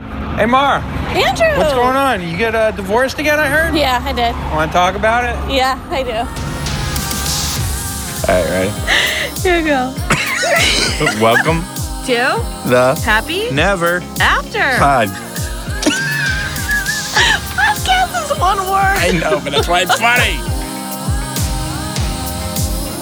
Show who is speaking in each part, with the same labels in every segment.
Speaker 1: Hey, Mar,
Speaker 2: Andrew!
Speaker 1: what's going on? You get uh, divorced again, I heard?
Speaker 2: Yeah, I did.
Speaker 1: Want to talk about it?
Speaker 2: Yeah, I do.
Speaker 1: All right, ready?
Speaker 2: Here you go.
Speaker 1: Welcome.
Speaker 2: Two,
Speaker 3: The
Speaker 2: happy,
Speaker 1: Never.
Speaker 2: after.
Speaker 3: pod.
Speaker 2: Podcast is one word.
Speaker 1: I know, but that's why it's funny.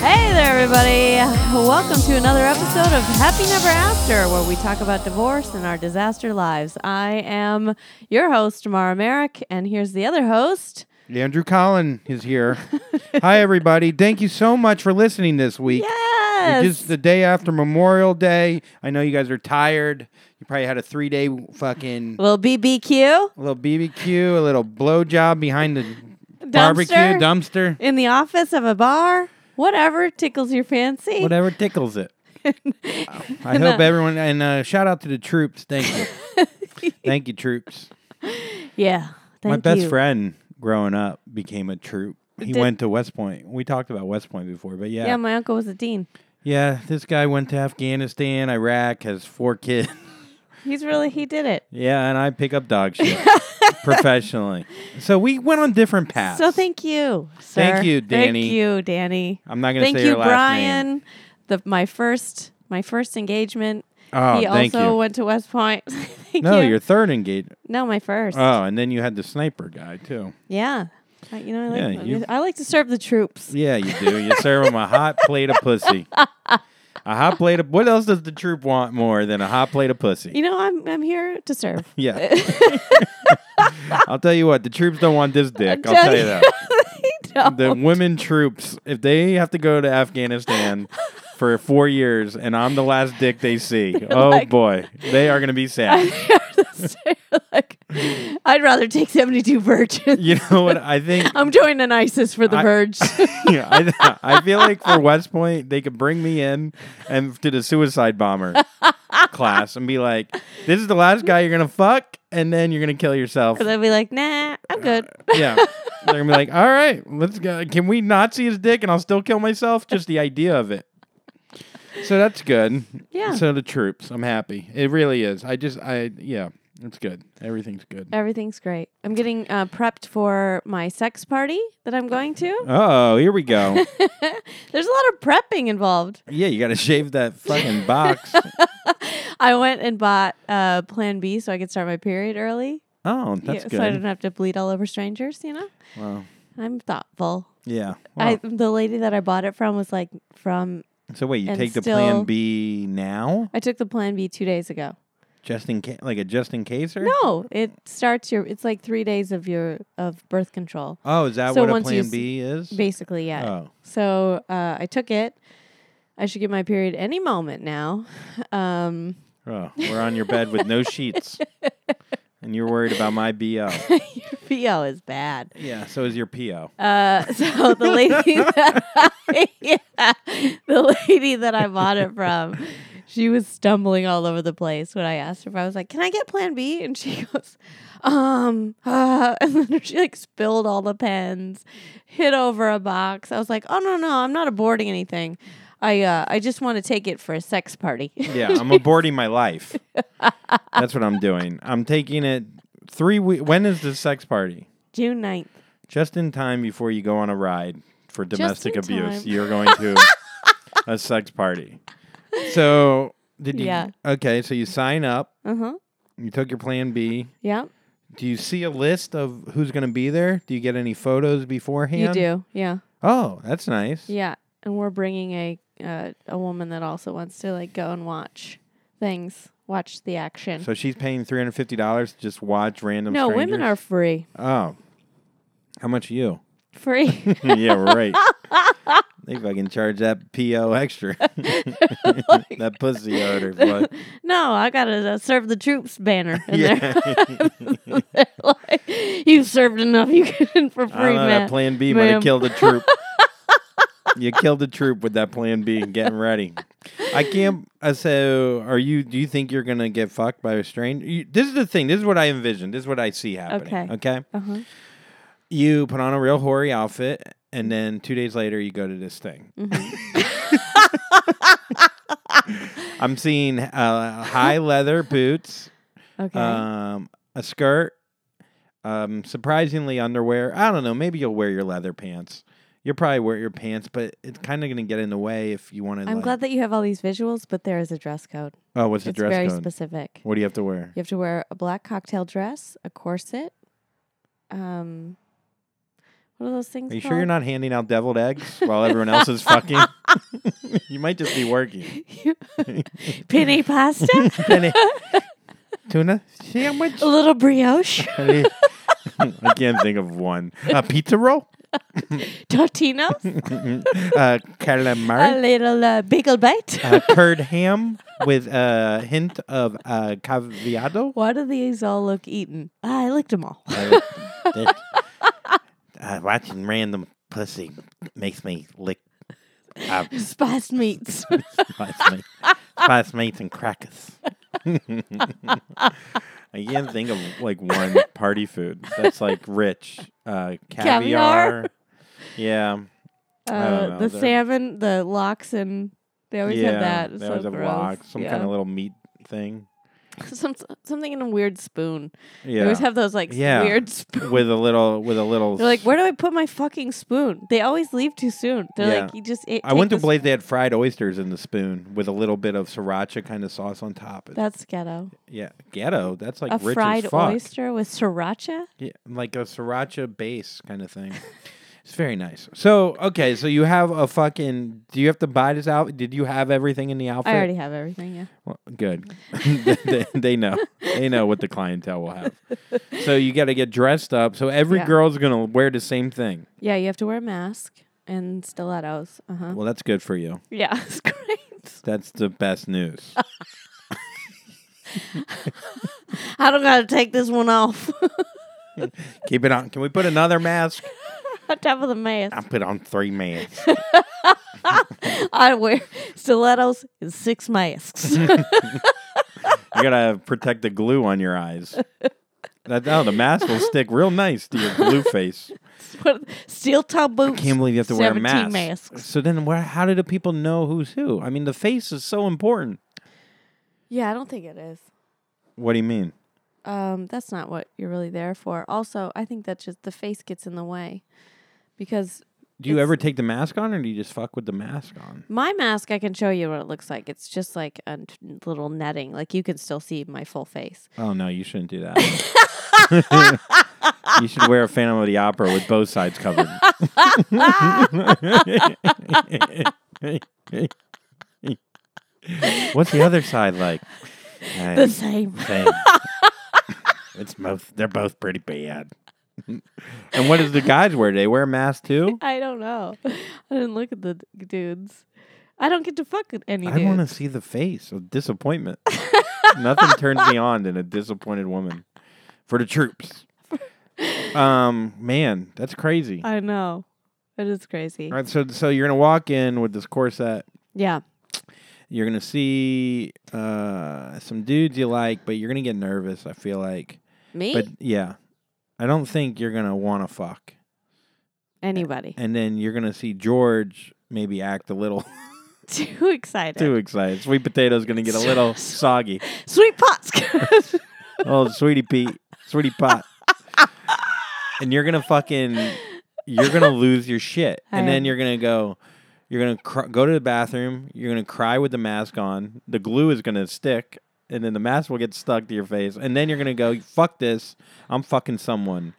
Speaker 2: Hey there, everybody. Welcome to another episode of Happy Never After, where we talk about divorce and our disaster lives. I am your host, Mara Merrick, and here's the other host.
Speaker 1: Andrew Collin is here. Hi, everybody. Thank you so much for listening this week.
Speaker 2: Yes.
Speaker 1: Just the day after Memorial Day. I know you guys are tired. You probably had a three day fucking
Speaker 2: little BBQ
Speaker 1: little BBQ, a little blowjob behind the barbecue dumpster.
Speaker 2: in the office of a bar. Whatever tickles your fancy.
Speaker 1: Whatever tickles it. I hope everyone, and uh, shout out to the troops. Thank you. Thank you, troops.
Speaker 2: Yeah. Thank
Speaker 1: My best
Speaker 2: you.
Speaker 1: friend growing up became a troop. He
Speaker 2: Did-
Speaker 1: went to West Point. We talked about West Point before, but yeah.
Speaker 2: Yeah, my uncle was a dean.
Speaker 1: Yeah, this guy went to Afghanistan, Iraq, has four kids.
Speaker 2: He's really he did it.
Speaker 1: yeah, and I pick up dog shit professionally. So we went on different paths.
Speaker 2: So thank you, sir.
Speaker 1: Thank you, Danny.
Speaker 2: Thank you, Danny.
Speaker 1: I'm not gonna
Speaker 2: Thank
Speaker 1: say
Speaker 2: you,
Speaker 1: your last
Speaker 2: Brian.
Speaker 1: name.
Speaker 2: The my first my first engagement.
Speaker 1: Oh,
Speaker 2: he
Speaker 1: thank
Speaker 2: also
Speaker 1: you.
Speaker 2: went to West Point. thank
Speaker 1: No,
Speaker 2: you.
Speaker 1: your third engagement.
Speaker 2: no, my first.
Speaker 1: Oh, and then you had the sniper guy too.
Speaker 2: yeah. I- You know, I like,
Speaker 1: Yeah, you-
Speaker 2: I like to serve the troops.
Speaker 1: Yeah, you do. You serve him a hot plate of pussy. A hot plate of what else does the troop want more than a hot plate of pussy?
Speaker 2: You know, I'm I'm here to serve.
Speaker 1: Yeah. I'll tell you what, the troops don't want this dick. I'll
Speaker 2: Just-
Speaker 1: tell you that.
Speaker 2: They don't.
Speaker 1: The women troops, if they have to go to Afghanistan for four years and I'm the last dick they see, oh
Speaker 2: like-
Speaker 1: boy, they are going to be sad.
Speaker 2: like, I'd rather take 72 virgins.
Speaker 1: you know what? I think.
Speaker 2: I'm joining ISIS for the
Speaker 1: I-
Speaker 2: Verge.
Speaker 1: yeah, I, I feel like for West Point, they could bring me in and to the suicide bomber class and be like, "This is the last guy you're gonna fuck, and then you're gonna kill yourself."
Speaker 2: and they'll be like, nah, I'm good.
Speaker 1: yeah. They're gonna be like, all right, let's go. Can we not see his dick and I'll still kill myself? Just the idea of it. So that's good.
Speaker 2: Yeah.
Speaker 1: So the troops, I'm happy. It really is. I just, I, yeah, it's good. Everything's good.
Speaker 2: Everything's great. I'm getting uh, prepped for my sex party that I'm going to.
Speaker 1: Oh, here we go.
Speaker 2: There's a lot of prepping involved.
Speaker 1: yeah, you gotta shave that fucking box.
Speaker 2: I went and bought uh, Plan B so I could start my period early.
Speaker 1: Oh, that's
Speaker 2: Yeah, So I
Speaker 1: good.
Speaker 2: don't have to bleed all over strangers, you know?
Speaker 1: Wow.
Speaker 2: I'm thoughtful.
Speaker 1: Yeah.
Speaker 2: I,
Speaker 1: Wow.
Speaker 2: the lady that I bought it from was like, from,
Speaker 1: so wait, you
Speaker 2: and
Speaker 1: take the
Speaker 2: still-
Speaker 1: plan B now,
Speaker 2: I took the Plan B two days ago.
Speaker 1: just in case, like a just in caser.
Speaker 2: No, it starts your, it's like three days of your, of birth control.
Speaker 1: Oh, is that
Speaker 2: So
Speaker 1: what a
Speaker 2: once you
Speaker 1: plan
Speaker 2: s-
Speaker 1: B is?
Speaker 2: Basically, yeah.
Speaker 1: Oh.
Speaker 2: So uh, I took it. I should get my period any moment now. Um,
Speaker 1: Oh, we're on your bed with no sheets. And you're worried about my BO.
Speaker 2: your PO is bad.
Speaker 1: Yeah, so is your PO.
Speaker 2: Uh, so the lady, that I, yeah, the lady that I bought it from, she was stumbling all over the place when I asked her if I was like, "Can I get Plan B?" And she goes, "Um," uh, and then she like spilled all the pens, hit over a box. I was like, "Oh no, no, I'm not aborting anything. I uh, I just want to take it for a sex party."
Speaker 1: Yeah, I'm aborting my life. That's what I'm doing. I'm taking it three weeks. When is the sex party?
Speaker 2: June 9th.
Speaker 1: Just in time before you go on a ride for domestic
Speaker 2: in
Speaker 1: abuse.
Speaker 2: time.
Speaker 1: You're going to a sex party. So did you?
Speaker 2: Yeah.
Speaker 1: Okay, so you sign up.
Speaker 2: Uh huh.
Speaker 1: You took your plan B.
Speaker 2: Yeah,
Speaker 1: Do you see a list of who's going to be there? Do you get any photos beforehand?
Speaker 2: you do. Yeah,
Speaker 1: Oh, that's nice.
Speaker 2: yeah. And we're bringing a uh, a woman that also wants to like go and watch things, watch the action.
Speaker 1: So she's paying three hundred fifty dollars to just watch random.
Speaker 2: no, women are
Speaker 1: strangers?
Speaker 2: free.
Speaker 1: Oh, how much you? Hmm,
Speaker 2: Free.
Speaker 1: yeah, right. they fucking charge that PO extra. that pussy odor. But
Speaker 2: no, I gotta uh, serve the troops banner in
Speaker 1: yeah,
Speaker 2: there. like, you served enough. You can for free,
Speaker 1: I don't know,
Speaker 2: man.
Speaker 1: that Plan B might
Speaker 2: ma'am.
Speaker 1: have killed the troop. you killed the troop with that Plan B and getting ready. I can't. Uh, so, are you? Do you think you're gonna get fucked by a stranger? You, this is the thing. This is what I envision. This is what I see happening.
Speaker 2: Okay.
Speaker 1: Okay.
Speaker 2: uh-huh.
Speaker 1: you put on a real hoary outfit and then two days later you go to this thing
Speaker 2: Mm-hmm.
Speaker 1: i'm seeing uh, high leather boots
Speaker 2: Okay.
Speaker 1: um, a skirt, um, surprisingly underwear. I don't know. Maybe you'll wear your leather pants. You'll probably wear your pants, but it's kind of going to get in the way if you want to.
Speaker 2: I'm glad that you have all these visuals, but there is a dress code.
Speaker 1: Oh, what's the
Speaker 2: it's
Speaker 1: dress
Speaker 2: very
Speaker 1: code?
Speaker 2: specific.
Speaker 1: What do you have to wear?
Speaker 2: You have to wear a black cocktail dress, a corset. Um, what are those things?
Speaker 1: Are you sure you're not handing out deviled eggs while everyone else is fucking? you might just be working.
Speaker 2: not penne pasta?
Speaker 1: Penny. Tuna sandwich.
Speaker 2: a little brioche,
Speaker 1: I can't think of one. A pizza roll.
Speaker 2: tortinos,
Speaker 1: uh, calamari.
Speaker 2: a little uh, bagel bite.
Speaker 1: uh, curd ham with a hint of uh, caviado.
Speaker 2: Why do these all look eaten? I licked them all.
Speaker 1: Uh, that- uh, watching random pussy makes me lick uh,
Speaker 2: Spiced meats.
Speaker 1: spice, meat, spice meats and crackers. I can't think of like one party food that's like rich uh, caviar.
Speaker 2: Caviar?
Speaker 1: Yeah, I don't
Speaker 2: Uh,
Speaker 1: know,
Speaker 2: the
Speaker 1: they're-
Speaker 2: salmon, the lox, and they always
Speaker 1: yeah.
Speaker 2: have that. It's
Speaker 1: They
Speaker 2: so
Speaker 1: always have
Speaker 2: gross.
Speaker 1: lox, some
Speaker 2: yeah.
Speaker 1: kind of little meat thing.
Speaker 2: Some, something in a weird spoon. They
Speaker 1: Yeah,
Speaker 2: always have those like s-
Speaker 1: Yeah.
Speaker 2: weird spoons.
Speaker 1: with a little, with a little.
Speaker 2: They're like, where do I put my fucking spoon? They always leave too soon. They're
Speaker 1: Yeah.
Speaker 2: like, you just. e-, It,
Speaker 1: I went to
Speaker 2: blame.
Speaker 1: believe they had fried oysters in the spoon with a little bit of sriracha kind of sauce on top. It-
Speaker 2: That's ghetto.
Speaker 1: yeah, ghetto. That's like
Speaker 2: a
Speaker 1: rich
Speaker 2: fried
Speaker 1: as fuck.
Speaker 2: oyster with sriracha.
Speaker 1: Yeah, like a sriracha base kind of thing. it's very nice. So okay, so you have a fucking. Do you have to buy this outfit? Did you have everything in the outfit?
Speaker 2: I already have everything. Yeah.
Speaker 1: Well, good. they, they know. They know what the clientele will have. So you got to get dressed up. So every
Speaker 2: Yeah.
Speaker 1: girl's gonna wear the same thing.
Speaker 2: Yeah, you have to wear a mask and stilettos. Uh huh.
Speaker 1: Well, that's good for you.
Speaker 2: Yeah, it's great.
Speaker 1: That's the best news.
Speaker 2: I don't gotta take this one off
Speaker 1: Keep it on. Can we put another mask?
Speaker 2: on top of the
Speaker 1: I
Speaker 2: mask.
Speaker 1: put on three masks.
Speaker 2: I wear stilettos and six masks.
Speaker 1: You gotta protect the glue on your eyes. That oh, the mask will stick real nice to your glue face.
Speaker 2: What- Steel toe boots.
Speaker 1: Can't believe you have to wear a mask.
Speaker 2: 17 masks.
Speaker 1: So then, where, how do the people know who's who? I mean, the face is so important.
Speaker 2: Yeah, I don't think it is.
Speaker 1: What do you mean?
Speaker 2: Um, that's not what you're really there for. Also, I think that just the face gets in the way because
Speaker 1: Do you
Speaker 2: It's-
Speaker 1: ever take the mask on, or do you just fuck with the mask on?
Speaker 2: my mask, I can show you what it looks like. It's just like a t- little netting. Like you can still see my full face.
Speaker 1: Oh no, you shouldn't do that. you should wear a Phantom of the Opera with both sides covered. What's the other side like? Eh,
Speaker 2: The same.
Speaker 1: same. it's both. They're both pretty bad. and what does the guys wear? They wear masks too.
Speaker 2: I don't know. I didn't look at the d- dudes. I don't get to fuck with any
Speaker 1: I
Speaker 2: dudes.
Speaker 1: want to see the face of disappointment. Nothing turns me on than a disappointed woman. For the troops. Um, man, that's crazy.
Speaker 2: I know. It is crazy.
Speaker 1: All right, so so you're gonna walk in with this corset.
Speaker 2: Yeah.
Speaker 1: You're gonna see uh some dudes you like, but you're gonna get nervous. I feel like,
Speaker 2: Me?
Speaker 1: but yeah, I don't think you're gonna want to fuck.
Speaker 2: Anybody.
Speaker 1: And then you're gonna see George maybe act a little
Speaker 2: Too excited.
Speaker 1: too excited. Sweet potato's gonna get a little soggy.
Speaker 2: Sweet pots.
Speaker 1: Oh, sweetie Pete, sweetie pot, and you're gonna fucking, you're gonna lose your shit,
Speaker 2: I
Speaker 1: and then
Speaker 2: am.
Speaker 1: you're gonna go, you're gonna cr- go to the bathroom, you're gonna cry with the mask on, the glue is gonna stick, and then the mask will get stuck to your face, and then you're gonna go, fuck this, I'm fucking someone.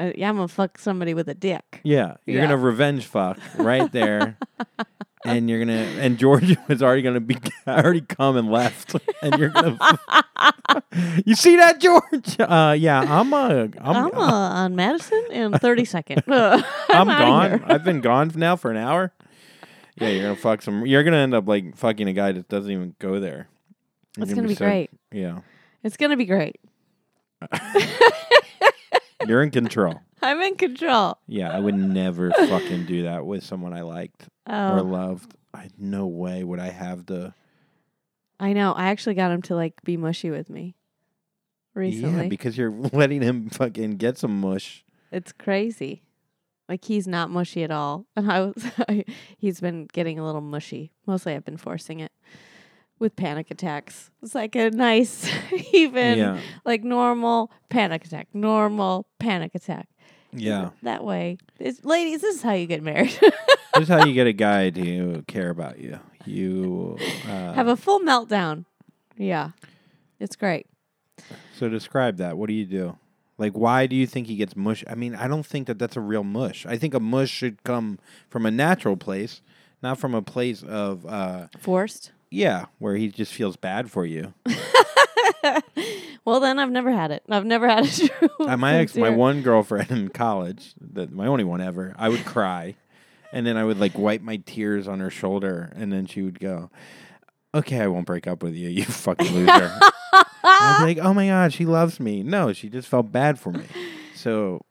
Speaker 2: Uh, yeah, I'm gonna fuck somebody with a dick.
Speaker 1: Yeah, you're
Speaker 2: Yeah.
Speaker 1: gonna revenge fuck right there. And you're gonna, and Georgia was already gonna be already come and left, and you're gonna. you see that, George? Uh, yeah, I'm a, I'm,
Speaker 2: I'm,
Speaker 1: I'm,
Speaker 2: uh, on Madison in 32nd. Uh, I'm, outta
Speaker 1: gone.
Speaker 2: here.
Speaker 1: I've been gone now for an hour. Yeah, you're gonna fuck some. You're gonna end up like fucking a guy that doesn't even go there. You're
Speaker 2: It's gonna be
Speaker 1: so-
Speaker 2: great.
Speaker 1: Yeah,
Speaker 2: It's gonna be great.
Speaker 1: you're in control.
Speaker 2: I'm in control.
Speaker 1: Yeah, I would never fucking do that with someone I liked or
Speaker 2: Oh,
Speaker 1: loved. I no way would I have the.
Speaker 2: I know. I actually got him to like be mushy with me recently.
Speaker 1: Yeah, because you're letting him fucking get some mush.
Speaker 2: it's crazy. Like he's not mushy at all, and I was. he's been getting a little mushy. Mostly, I've been forcing it. with panic attacks. It's like a nice, even
Speaker 1: yeah.
Speaker 2: like normal panic attack, normal panic attack.
Speaker 1: Yeah.
Speaker 2: That way, it's, ladies, this is how you get married.
Speaker 1: this is how you get a guy to care about you. You uh,
Speaker 2: Have a full meltdown. Yeah, it's great.
Speaker 1: So describe that. What do you do? Like, why do you think he gets mush? I mean, I don't think that that's a real mush. I think a mush should come from a natural place, not from a place of, uh,
Speaker 2: Forced.
Speaker 1: yeah, where he just feels bad for you.
Speaker 2: well, then I've never had it. I've never had a true.
Speaker 1: Uh, my ex, my
Speaker 2: sincere-
Speaker 1: one girlfriend in college, that my only one ever, I would cry, and then I would like wipe my tears on her shoulder, and then she would go, "Okay, I won't break up with you, you fucking loser." I'd be like, "Oh my god, she loves me." No, she just felt bad for me. So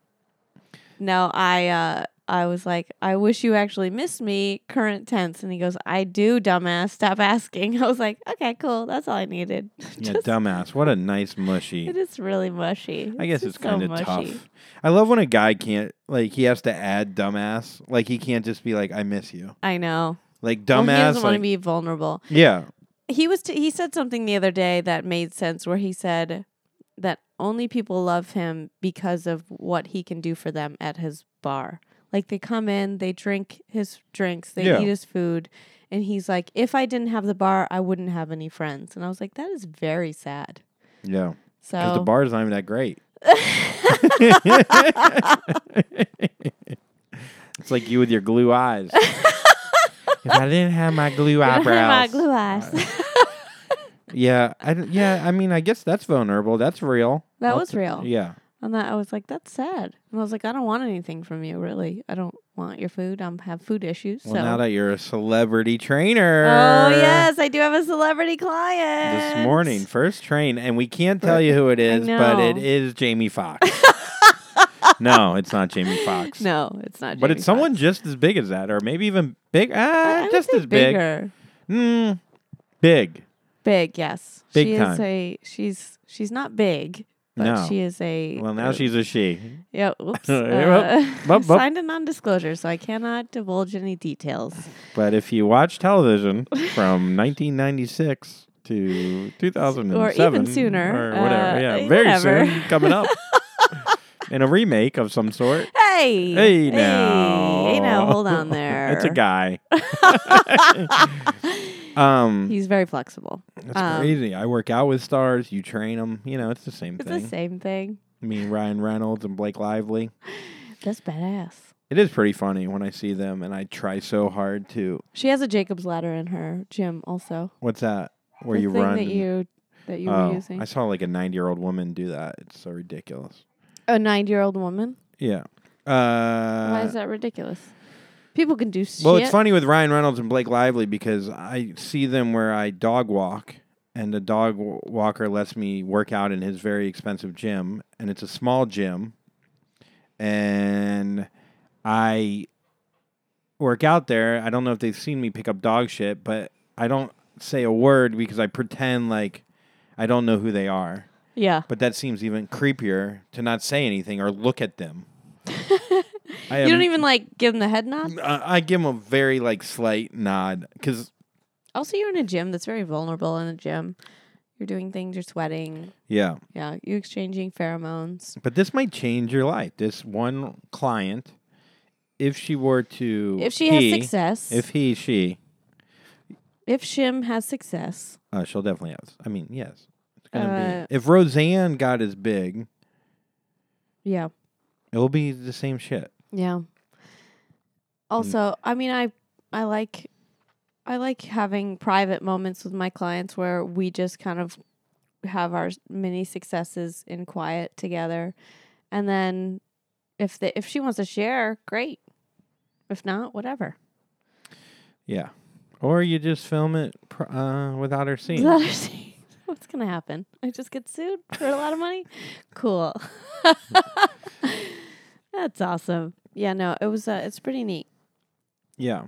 Speaker 2: No, I uh I was like, I wish you actually missed me, current tense. And he goes, I do, dumbass. Stop asking. I was like, okay, cool. That's all I needed.
Speaker 1: Yeah,
Speaker 2: Just-
Speaker 1: dumbass. What a nice mushy.
Speaker 2: It is really mushy.
Speaker 1: I guess it's
Speaker 2: just so
Speaker 1: kind of
Speaker 2: mushy.
Speaker 1: tough. I love when a guy can't like he has to add dumbass. Like he can't just be like I miss you.
Speaker 2: I know.
Speaker 1: Like
Speaker 2: Well, he
Speaker 1: dumbass.
Speaker 2: doesn't want to
Speaker 1: like-
Speaker 2: be vulnerable.
Speaker 1: yeah.
Speaker 2: He was. T- he said something the other day that made sense, where he said that only people love him because of what he can do for them at his bar. Like they come in, they drink his drinks, they
Speaker 1: Yeah.
Speaker 2: eat his food, and he's like, "If I didn't have the bar, I wouldn't have any friends." And I was like, "That is very sad."
Speaker 1: Yeah. Cuz the
Speaker 2: So
Speaker 1: bar's not even that great. it's like you with your glue eyes. if I didn't have my glue
Speaker 2: my
Speaker 1: eyebrows.
Speaker 2: glue eyes.
Speaker 1: yeah, I d- yeah, I mean, I guess that's vulnerable. That's real.
Speaker 2: That
Speaker 1: I'll
Speaker 2: was
Speaker 1: t-
Speaker 2: real.
Speaker 1: Yeah.
Speaker 2: And that I was like, that's sad. And I was like, I don't want anything from you, really. I don't want your food. I am have food issues.
Speaker 1: Well,
Speaker 2: so.
Speaker 1: now that you're a celebrity trainer.
Speaker 2: oh, yes, I do have a celebrity client.
Speaker 1: this morning, first train, and we can't tell you who it is, but it
Speaker 2: know.
Speaker 1: is Jamie Foxx. no, it's not Jamie Foxx.
Speaker 2: No, it's not.
Speaker 1: but
Speaker 2: Jamie
Speaker 1: it's someone
Speaker 2: Foxx.
Speaker 1: just as big as that, or maybe even big.
Speaker 2: I
Speaker 1: Ah,
Speaker 2: would
Speaker 1: just
Speaker 2: say
Speaker 1: as big.
Speaker 2: Bigger.
Speaker 1: Mm, big.
Speaker 2: Big, yes.
Speaker 1: Big
Speaker 2: she is
Speaker 1: time.
Speaker 2: a, she's, she's not big, but
Speaker 1: No.
Speaker 2: she is a.
Speaker 1: Well, now
Speaker 2: uh,
Speaker 1: she's a she.
Speaker 2: Yeah, oops.
Speaker 1: Yep,
Speaker 2: uh,
Speaker 1: bup, bup.
Speaker 2: Signed a non disclosure, so I cannot divulge any details.
Speaker 1: But if you watch television from 1996 to 2007,
Speaker 2: sooner,
Speaker 1: or whatever,
Speaker 2: uh,
Speaker 1: yeah, very
Speaker 2: whatever.
Speaker 1: soon, coming up in a remake of some sort.
Speaker 2: Hey!
Speaker 1: Hey now,
Speaker 2: Hey, now, hold on there.
Speaker 1: it's a guy. um,
Speaker 2: He's very flexible.
Speaker 1: That's
Speaker 2: Um,
Speaker 1: crazy. I work out with stars. You train them. You know, it's the same
Speaker 2: It's
Speaker 1: thing.
Speaker 2: the same thing.
Speaker 1: Me, and Ryan Reynolds, and Blake Lively.
Speaker 2: That's badass.
Speaker 1: It is pretty funny when I see them, and I try so hard to.
Speaker 2: She has a Jacob's ladder in her gym also.
Speaker 1: What's that? Where
Speaker 2: The
Speaker 1: you
Speaker 2: thing
Speaker 1: run?
Speaker 2: that
Speaker 1: and-
Speaker 2: you that you
Speaker 1: oh,
Speaker 2: were using.
Speaker 1: I saw like a ninety-year-old woman do that. It's so ridiculous.
Speaker 2: A nine year old woman.
Speaker 1: Yeah.
Speaker 2: Why
Speaker 1: Uh,
Speaker 2: is that ridiculous? People can do shit.
Speaker 1: well, it's funny with Ryan Reynolds and Blake Lively because I see them where I dog walk, and the dog w- walker lets me work out in his very expensive gym, and it's a small gym, and I work out there. I don't know if they've seen me pick up dog shit, but I don't say a word because I pretend like I don't know who they are.
Speaker 2: Yeah.
Speaker 1: But that seems even creepier to not say anything or look at them. I
Speaker 2: you
Speaker 1: am-
Speaker 2: don't even like give them the head nod.
Speaker 1: Mm, I, I give him a very like slight nod because
Speaker 2: Also, you're in a gym that's very vulnerable in a gym. You're doing things, you're sweating.
Speaker 1: yeah,
Speaker 2: Yeah. You're exchanging pheromones.
Speaker 1: but this might change your life. This one client, if she were to,
Speaker 2: If she
Speaker 1: he-
Speaker 2: has success,
Speaker 1: if
Speaker 2: if,
Speaker 1: he she,
Speaker 2: Shim has success,
Speaker 1: uh, she'll definitely have. I mean, yes, it's gonna
Speaker 2: Uh,
Speaker 1: be. If Roseanne got as big,
Speaker 2: yeah.
Speaker 1: it'll be the same shit.
Speaker 2: Yeah. Also, I mean, I I like I like having private moments with my clients where we just kind of have our s- mini successes in quiet together, and then if the if she wants to share, great. If not, whatever.
Speaker 1: Yeah, or you just film it pr- uh, without her
Speaker 2: Does
Speaker 1: seeing.
Speaker 2: that understand? What's gonna happen? I just get sued for a lot of money. Cool. That's awesome. Yeah, no, it was. Uh, it's pretty neat.
Speaker 1: yeah,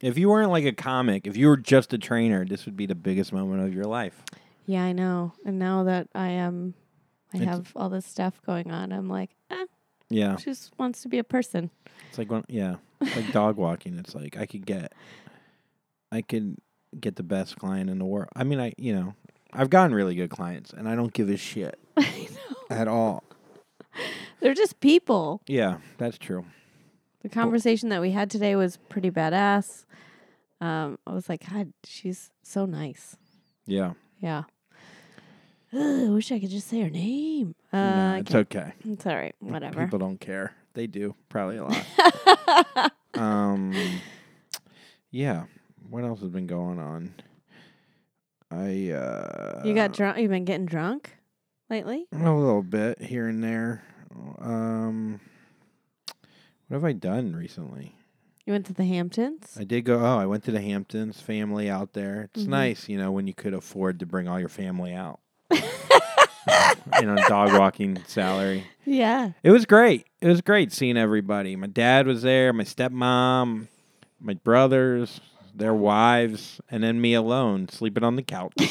Speaker 1: if you weren't like a comic, if you were just a trainer, this would be the biggest moment of your life.
Speaker 2: Yeah, I know. And now that I am, I
Speaker 1: It's-
Speaker 2: have all this stuff going on. I'm like, eh,
Speaker 1: Yeah.
Speaker 2: she just wants to be a person.
Speaker 1: It's like when yeah, it's like dog walking. It's like I could get, I could get the best client in the world. I mean, I you know, I've gotten really good clients, and I don't give a shit
Speaker 2: I know.
Speaker 1: at all.
Speaker 2: They're just people.
Speaker 1: Yeah, that's true.
Speaker 2: The conversation that we had today was pretty badass. Um, I was like, God, she's so nice.
Speaker 1: Yeah,
Speaker 2: Yeah. Ugh, I wish I could just say her name. Uh,
Speaker 1: no,
Speaker 2: I
Speaker 1: it's
Speaker 2: can't-
Speaker 1: okay.
Speaker 2: it's all right. Whatever.
Speaker 1: People don't care. They do probably a lot. um, yeah. What else has been going on? I uh,
Speaker 2: you got drunk. You've been getting drunk lately.
Speaker 1: A little bit here and there. Um, what have I done recently?
Speaker 2: You went to the Hamptons.
Speaker 1: I did go. Oh, I went to the Hamptons. Family out there. It's
Speaker 2: Mhm.
Speaker 1: nice, you know, when you could afford to bring all your family out. you know, dog walking salary.
Speaker 2: yeah.
Speaker 1: It was great. It was great seeing everybody. My dad was there. My stepmom, my brothers, their wives, and then me alone sleeping on the couch. No,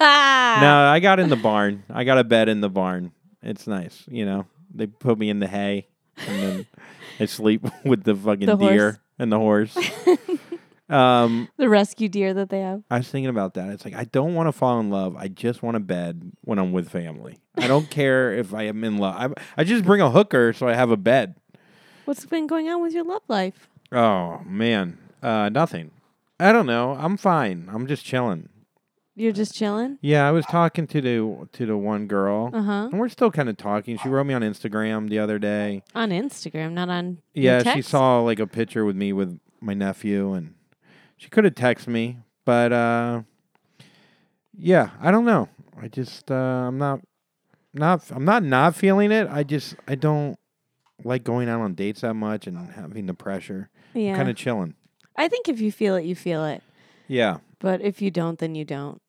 Speaker 1: I got in the barn. I got a bed in the barn. It's nice, you know. They put me in the hay, and then I sleep with the fucking
Speaker 2: The horse.
Speaker 1: deer and the horse. um,
Speaker 2: The rescue deer that they have.
Speaker 1: I was thinking about that. It's like I don't want to fall in love. I just want a bed when I'm with family. I don't care if I am in love. I, I just bring a hooker so I have a bed.
Speaker 2: What's been going on with your love life?
Speaker 1: Oh man, uh, nothing. I don't know. I'm fine. I'm just chilling.
Speaker 2: You're just chilling.
Speaker 1: Yeah, I was talking to the to the one girl.
Speaker 2: Uh huh.
Speaker 1: And we're still kind of talking. She wrote me on Instagram the other day.
Speaker 2: On Instagram, not on. your
Speaker 1: Yeah, she
Speaker 2: text?
Speaker 1: saw like a picture with me with my nephew, and she could have texted me, but uh, yeah, I don't know. I just uh, I'm not not I'm not not feeling it. I just I don't like going out on dates that much and having the pressure.
Speaker 2: Yeah.
Speaker 1: Kind of chilling.
Speaker 2: I think if you feel it, you feel it.
Speaker 1: Yeah,
Speaker 2: But if you don't, then you don't.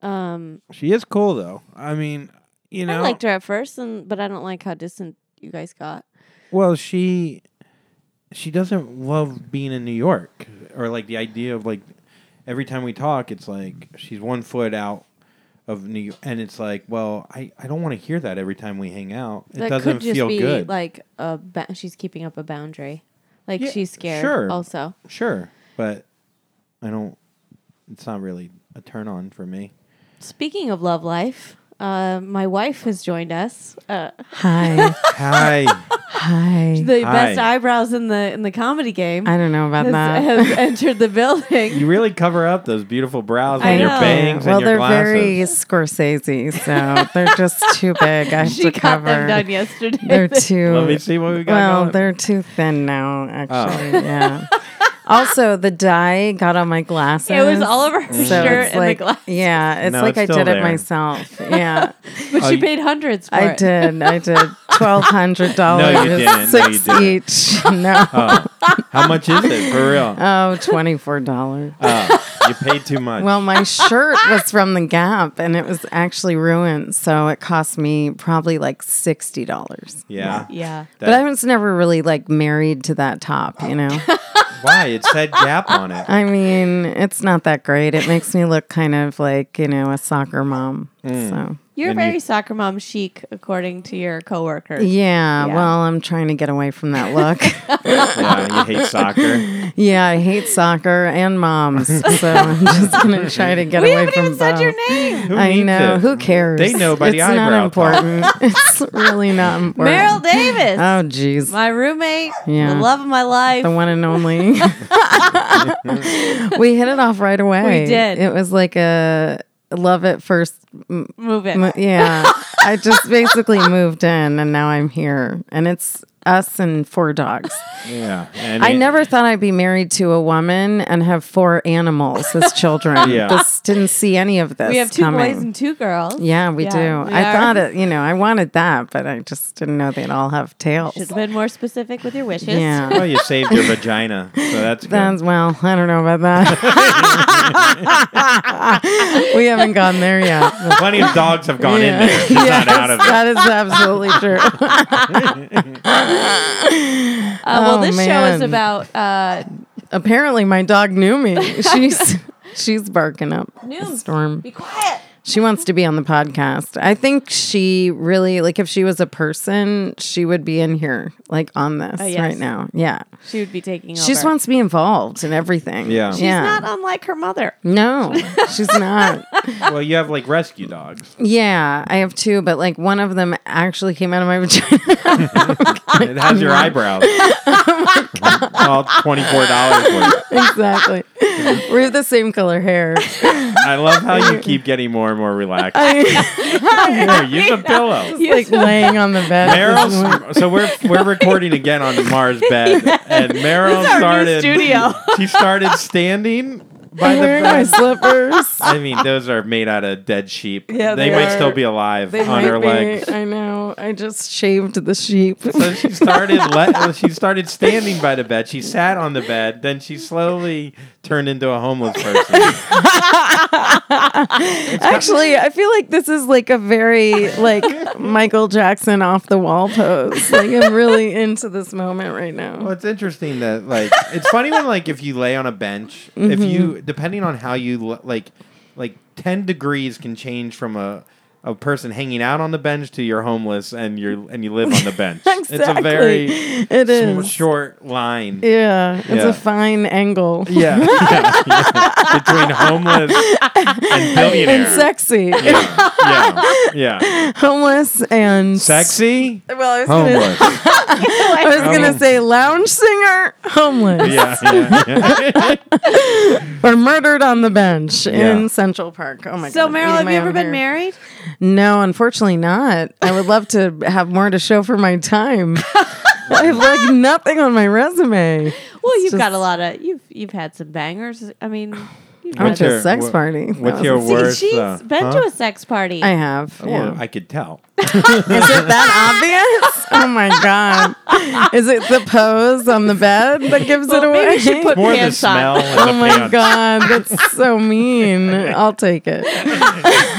Speaker 2: Um,
Speaker 1: she is cool though. I mean, you know,
Speaker 2: I liked her at first, and but I don't like how distant you guys got.
Speaker 1: Well, she she doesn't love being in New York or like the idea of like every time we talk it's like she's one foot out of New York and it's like, well, I I don't want to hear that every time we hang out. It
Speaker 2: that
Speaker 1: doesn't
Speaker 2: could just
Speaker 1: feel
Speaker 2: be
Speaker 1: good.
Speaker 2: like a ba- she's keeping up a boundary. Like
Speaker 1: Yeah,
Speaker 2: she's scared.
Speaker 1: sure.
Speaker 2: Also,
Speaker 1: sure, but I don't it's not really a turn on for me.
Speaker 2: speaking of love life, uh, my wife has joined us. Uh,
Speaker 3: Hi.
Speaker 1: Hi.
Speaker 3: Hi.
Speaker 2: the
Speaker 1: Hi.
Speaker 2: best eyebrows in the in the comedy game
Speaker 3: I don't know about
Speaker 2: has,
Speaker 3: that.
Speaker 2: has entered the building.
Speaker 1: You really cover up those beautiful brows
Speaker 2: I
Speaker 1: and your
Speaker 2: know.
Speaker 1: bangs
Speaker 3: well,
Speaker 1: and your
Speaker 3: they're
Speaker 1: glasses.
Speaker 3: very Scorsese, so they're just too big. I have
Speaker 2: she
Speaker 3: to
Speaker 2: got
Speaker 3: cover.
Speaker 2: them done yesterday.
Speaker 3: They're too.
Speaker 1: Let me see what we got. Oh.
Speaker 3: well,
Speaker 1: going.
Speaker 3: they're too thin now. Actually, yeah. Also, the dye got on my glasses.
Speaker 2: it was all over her
Speaker 3: So
Speaker 2: shirt
Speaker 3: it's
Speaker 2: and
Speaker 3: like,
Speaker 2: the glass.
Speaker 3: Yeah, it's
Speaker 1: No,
Speaker 3: like
Speaker 1: it's
Speaker 3: I
Speaker 1: still
Speaker 3: did
Speaker 1: there.
Speaker 3: it myself. Yeah,
Speaker 2: But
Speaker 1: Oh,
Speaker 2: she
Speaker 1: you-
Speaker 2: paid hundreds for
Speaker 3: I
Speaker 2: it.
Speaker 3: did. I did twelve hundred dollars.
Speaker 1: No, you didn't. No, you
Speaker 3: Six
Speaker 1: didn't.
Speaker 3: each. No.
Speaker 1: Oh. How much is it for real?
Speaker 3: Oh, $24. dollars
Speaker 1: Oh, you paid too much.
Speaker 3: Well, my shirt was from the Gap and it was actually ruined. So it cost me probably like $60.
Speaker 1: yeah.
Speaker 2: Yeah.
Speaker 3: But I was never really like married to that top, you know?
Speaker 1: Why? It said Gap on it.
Speaker 3: I mean, it's not that great. It makes me look kind of like, you know, a soccer mom.
Speaker 1: Mm.
Speaker 3: So,
Speaker 2: You're
Speaker 1: And you-
Speaker 2: very soccer mom chic, according to your coworkers.
Speaker 3: yeah,
Speaker 2: Yeah.
Speaker 3: well, I'm trying to get away from that look.
Speaker 1: Yeah, you hate soccer.
Speaker 3: yeah, I hate soccer and moms. So I'm just going to try to get
Speaker 2: We
Speaker 3: away
Speaker 2: haven't
Speaker 3: from
Speaker 2: even said
Speaker 3: both.
Speaker 2: your name.
Speaker 1: Who
Speaker 3: I
Speaker 1: needs
Speaker 3: know.
Speaker 1: it?
Speaker 3: Who cares?
Speaker 1: They know by
Speaker 3: it's
Speaker 1: the
Speaker 3: not
Speaker 1: eyebrow part.
Speaker 3: important. it's really not important.
Speaker 2: Meryl Davis.
Speaker 3: Oh, jeez.
Speaker 2: my roommate,
Speaker 3: Yeah.
Speaker 2: the love of my life.
Speaker 3: The one and only. we hit it off right away.
Speaker 2: We did.
Speaker 3: It was like a love at first. m-
Speaker 2: Move it.
Speaker 3: m- Yeah. I just basically moved in and now I'm here. And it's us and four dogs.
Speaker 1: Yeah. And
Speaker 3: I
Speaker 1: it-
Speaker 3: never thought I'd be married to a woman and have four animals as children.
Speaker 1: Yeah.
Speaker 3: This didn't see any of this.
Speaker 2: we have two
Speaker 3: coming.
Speaker 2: boys and two girls.
Speaker 3: Yeah, we
Speaker 2: Yeah,
Speaker 3: do.
Speaker 2: we
Speaker 3: I
Speaker 2: are.
Speaker 3: thought it, you know, I wanted that, but I just didn't know they'd all have tails.
Speaker 2: Should have been more specific with your wishes.
Speaker 3: Yeah.
Speaker 1: Well, you saved your vagina, so that's good.
Speaker 3: That's, well, I don't know about that. we haven't gone there yet.
Speaker 1: Plenty of dogs have gone in there. She's
Speaker 3: Yes,
Speaker 1: not out of it.
Speaker 3: that is absolutely true.
Speaker 2: Uh, well,
Speaker 3: Oh,
Speaker 2: this show is
Speaker 3: man.
Speaker 2: about uh,
Speaker 3: Apparently, my dog knew me. She's she's barking up a
Speaker 2: Nooms.
Speaker 3: storm.
Speaker 2: Be quiet.
Speaker 3: She wants to be on the podcast. I think she really like if she was a person, she would be in here like on this
Speaker 2: Oh, yes.
Speaker 3: right now. Yeah.
Speaker 2: She would be taking
Speaker 3: She just
Speaker 2: over.
Speaker 3: wants to be involved in everything.
Speaker 1: Yeah.
Speaker 2: She's not unlike her mother.
Speaker 3: no, she's not.
Speaker 1: well, you have like rescue dogs.
Speaker 3: Yeah, I have two, but like one of them actually came out of my vagina.
Speaker 1: It has your eyebrows.
Speaker 3: Oh
Speaker 1: All twenty-four dollars worth.
Speaker 3: exactly. We have the same color hair.
Speaker 1: I love how you keep getting more and more relaxed. Here, use a pillow.
Speaker 2: You-
Speaker 3: like laying on the bed.
Speaker 1: Meryl, so we're we're recording again on Mars bed, and Meryl
Speaker 2: This is our
Speaker 1: started.
Speaker 2: new studio.
Speaker 1: She started standing by the
Speaker 3: wearing my
Speaker 1: bed.
Speaker 3: slippers.
Speaker 1: I mean, those are made out of dead sheep.
Speaker 3: Yeah,
Speaker 1: they,
Speaker 3: they
Speaker 1: might
Speaker 3: are.
Speaker 1: still be alive
Speaker 3: They
Speaker 1: on
Speaker 3: might
Speaker 1: her
Speaker 3: be.
Speaker 1: legs.
Speaker 3: I know. I just shaved the sheep.
Speaker 1: So she started le- she started standing by the bed. She sat on the bed, then she slowly turned into a homeless person.
Speaker 3: Actually, I feel like this is like a very like Michael Jackson off the wall pose. Like I'm really into this moment right
Speaker 1: Well,
Speaker 3: now.
Speaker 1: it's interesting that like it's funny when like if you lay on a bench, if
Speaker 3: Mm-hmm.
Speaker 1: you depending on how you l- like like 10 degrees can change from a a person hanging out on the bench to you're homeless and you're and you live on the bench. It's a very
Speaker 3: it
Speaker 1: sm-
Speaker 3: is.
Speaker 1: short line.
Speaker 3: Yeah, it's
Speaker 1: Yeah.
Speaker 3: a fine angle.
Speaker 1: Yeah. Between homeless and billionaire.
Speaker 3: And sexy.
Speaker 1: yeah. yeah. Yeah.
Speaker 3: Homeless and
Speaker 1: Sexy?
Speaker 3: Well, I was gonna, I was gonna say lounge singer, homeless,
Speaker 1: yeah. yeah, yeah.
Speaker 3: or murdered on the bench
Speaker 1: Yeah.
Speaker 3: in Central Park. Oh my
Speaker 2: So,
Speaker 3: god!
Speaker 2: Meryl,
Speaker 3: eating
Speaker 2: have
Speaker 3: my
Speaker 2: you ever
Speaker 3: own
Speaker 2: been
Speaker 3: hair.
Speaker 2: married?
Speaker 3: No, unfortunately not. I would love to have more to show for my time. I have like nothing on my resume.
Speaker 2: Well, you've got
Speaker 3: just-
Speaker 2: a lot of you've you've had some bangers. I mean, you've
Speaker 3: I went
Speaker 1: What's
Speaker 2: had-
Speaker 3: to
Speaker 1: your-
Speaker 3: a sex
Speaker 1: wha-
Speaker 3: party. That
Speaker 1: what's
Speaker 3: was
Speaker 1: your
Speaker 3: a-
Speaker 1: wor- worse,
Speaker 2: She's
Speaker 1: uh,
Speaker 2: been
Speaker 1: huh?
Speaker 2: to a sex party.
Speaker 3: I have.
Speaker 1: Well,
Speaker 3: yeah.
Speaker 1: I could tell.
Speaker 3: Is it that obvious? Oh my god! Is it the pose on the bed that gives it
Speaker 2: Well,
Speaker 3: away?
Speaker 2: maybe you should put
Speaker 1: More the
Speaker 2: pants on.
Speaker 1: smell and
Speaker 3: Oh
Speaker 1: the
Speaker 3: my
Speaker 1: pants.
Speaker 3: god, that's so mean. I'll take it.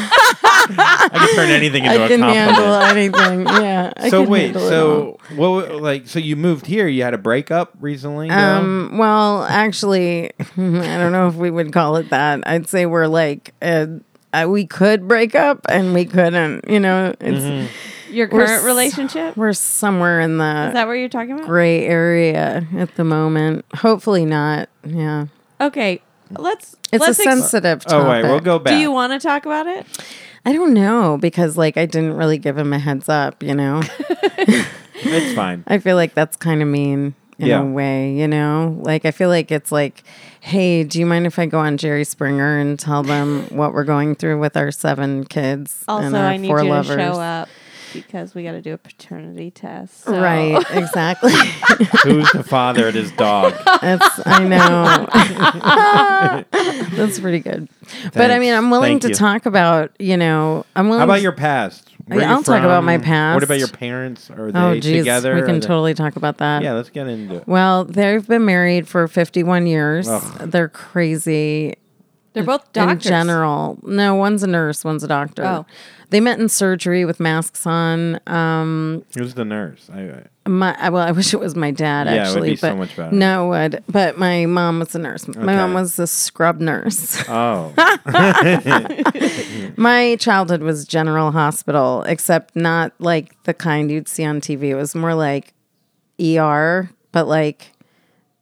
Speaker 1: I could turn anything into
Speaker 3: I
Speaker 1: a
Speaker 3: can
Speaker 1: compliment.
Speaker 3: handle anything. Yeah. I
Speaker 1: so
Speaker 3: can
Speaker 1: wait,
Speaker 3: handle it
Speaker 1: so what? w- Like, so you moved here? You had a breakup recently?
Speaker 3: all.
Speaker 1: though?
Speaker 3: um, well, actually, I don't know if we would call it that. I'd say we're like, uh, uh, we could break up and we couldn't. You know, it's
Speaker 1: Mm-hmm.
Speaker 2: Your
Speaker 3: We're
Speaker 2: current
Speaker 3: s-
Speaker 2: relationship
Speaker 3: we're somewhere in
Speaker 2: is
Speaker 3: the
Speaker 2: that what you're talking about?
Speaker 3: gray area at the moment. Hopefully not. Yeah,
Speaker 2: Okay, let's
Speaker 3: it's
Speaker 2: let's
Speaker 3: a
Speaker 2: ex-
Speaker 3: sensitive.
Speaker 1: oh wait, we'll
Speaker 3: topic.
Speaker 1: go back.
Speaker 2: Do you want to talk about it?
Speaker 3: I don't know because like I didn't really give him a heads up. You know.
Speaker 1: it's fine.
Speaker 3: I feel like that's kind of mean in
Speaker 1: Yeah.
Speaker 3: a way, you know? Like, I feel like it's like, hey, do you mind if I go on Jerry Springer and tell them what we're going through with our seven kids
Speaker 2: Also,
Speaker 3: and our
Speaker 2: I need you
Speaker 3: four
Speaker 2: to
Speaker 3: lovers?
Speaker 2: show up because we got to do a paternity test. so-
Speaker 3: Right, exactly.
Speaker 1: Who's the father of this dog?
Speaker 3: That's I know. That's pretty good. But I
Speaker 1: Thanks.
Speaker 3: mean, I'm willing
Speaker 1: Thank
Speaker 3: to
Speaker 1: you.
Speaker 3: talk about, you know, I'm willing
Speaker 1: How
Speaker 3: to-
Speaker 1: about your past? Where
Speaker 3: Yeah,
Speaker 1: you
Speaker 3: I'll talk about my
Speaker 1: from? What about
Speaker 3: past.
Speaker 1: your parents? Are they
Speaker 3: Oh geez,
Speaker 1: together?
Speaker 3: we
Speaker 1: Are
Speaker 3: can
Speaker 1: they-
Speaker 3: totally talk about that.
Speaker 1: Yeah, let's get into it.
Speaker 3: Well, they've been married for 51 years.
Speaker 1: Ugh.
Speaker 3: They're crazy.
Speaker 2: They're both doctors.
Speaker 3: In general, no, one's a nurse, one's a doctor.
Speaker 2: Oh.
Speaker 3: They met in surgery with masks on. Um,
Speaker 1: Who's the nurse? I, I,
Speaker 3: my I- well, I wish it was my dad
Speaker 1: Yeah, it would
Speaker 3: actually,
Speaker 1: be so
Speaker 3: but
Speaker 1: much better.
Speaker 3: no, it would. But my mom was a nurse. My mom
Speaker 1: Okay.
Speaker 3: was a scrub nurse.
Speaker 1: oh,
Speaker 3: my childhood was General Hospital, except not like the kind you'd see on TV. It was more like ER, but like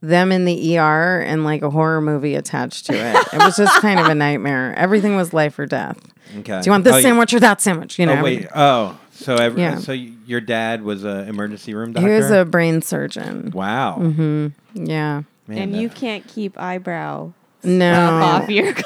Speaker 3: them in the ER and like a horror movie attached to it. it was just kind of a nightmare. Everything was life or death.
Speaker 1: okay.
Speaker 3: Do you want this
Speaker 1: oh, you-
Speaker 3: sandwich or that sandwich? You know,
Speaker 1: Oh wait. Oh, so every,
Speaker 3: Yeah.
Speaker 1: so y- your dad was an emergency room
Speaker 3: he
Speaker 1: doctor.
Speaker 3: was a Mm-hmm. brain surgeon.
Speaker 1: wow.
Speaker 3: Yeah.
Speaker 1: Man,
Speaker 2: and
Speaker 1: that-
Speaker 2: you can't keep eyebrow
Speaker 3: No.
Speaker 2: off your glass.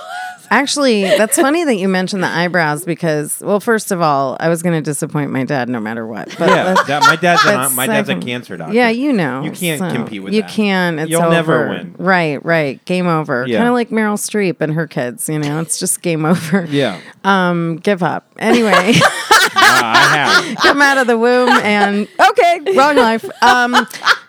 Speaker 3: Actually, that's funny that you mentioned the eyebrows because, well, first of all, I was going to disappoint my dad no matter what. But
Speaker 1: yeah, that, my dad's an,
Speaker 3: But
Speaker 1: my dad's a
Speaker 3: second-
Speaker 1: cancer doctor.
Speaker 3: Yeah, you know.
Speaker 1: You can't compete with
Speaker 3: You
Speaker 1: that.
Speaker 3: can. It's
Speaker 1: You'll never
Speaker 3: over.
Speaker 1: win.
Speaker 3: Right, right. Game over.
Speaker 1: Yeah.
Speaker 3: Kind of like Meryl Streep and her kids, you know. It's just game over.
Speaker 1: yeah.
Speaker 3: Um, give up. Anyway,
Speaker 1: Uh, I have.
Speaker 3: come out of the womb and okay, wrong life. Um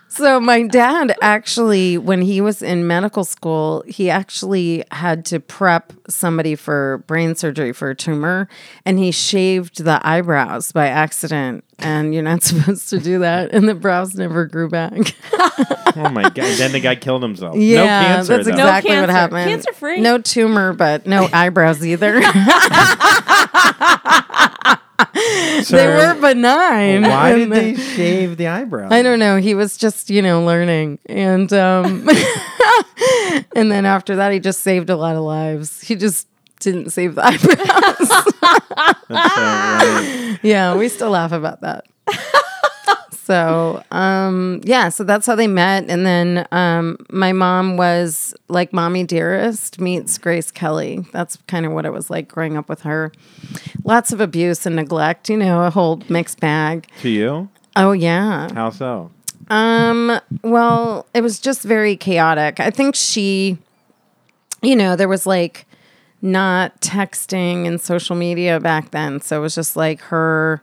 Speaker 3: so my dad actually when he was in medical school, he actually had to prep somebody for brain surgery for a tumor and he shaved the eyebrows by accident and you're not supposed to do that and the brows never grew back.
Speaker 1: Oh my god! Then the guy killed himself. no
Speaker 3: Yeah,
Speaker 1: cancer.
Speaker 3: that's
Speaker 1: though.
Speaker 3: exactly
Speaker 2: No
Speaker 3: what
Speaker 2: cancer.
Speaker 3: happened.
Speaker 2: Cancer-free.
Speaker 3: No tumor, but no eyebrows either. they
Speaker 1: Sir,
Speaker 3: were benign.
Speaker 1: Why did
Speaker 3: And
Speaker 1: they
Speaker 3: then-
Speaker 1: shave the eyebrows?
Speaker 3: I don't know. He was just, you know, learning. And um and then after that he just saved a lot of lives. He just didn't save the eyebrows.
Speaker 1: That's so uh, right.
Speaker 3: yeah, we still laugh about that. so, um yeah, so that's how they met and then um my mom was like Mommy Dearest meets Grace Kelly. That's kind of what it was like growing up with her. Lots of abuse and neglect, you know, a whole mixed bag.
Speaker 1: To you?
Speaker 3: Oh yeah.
Speaker 1: How so?
Speaker 3: Um, well, it was just very chaotic. I think she, you know, there was like not texting and social media back then. So it was just like her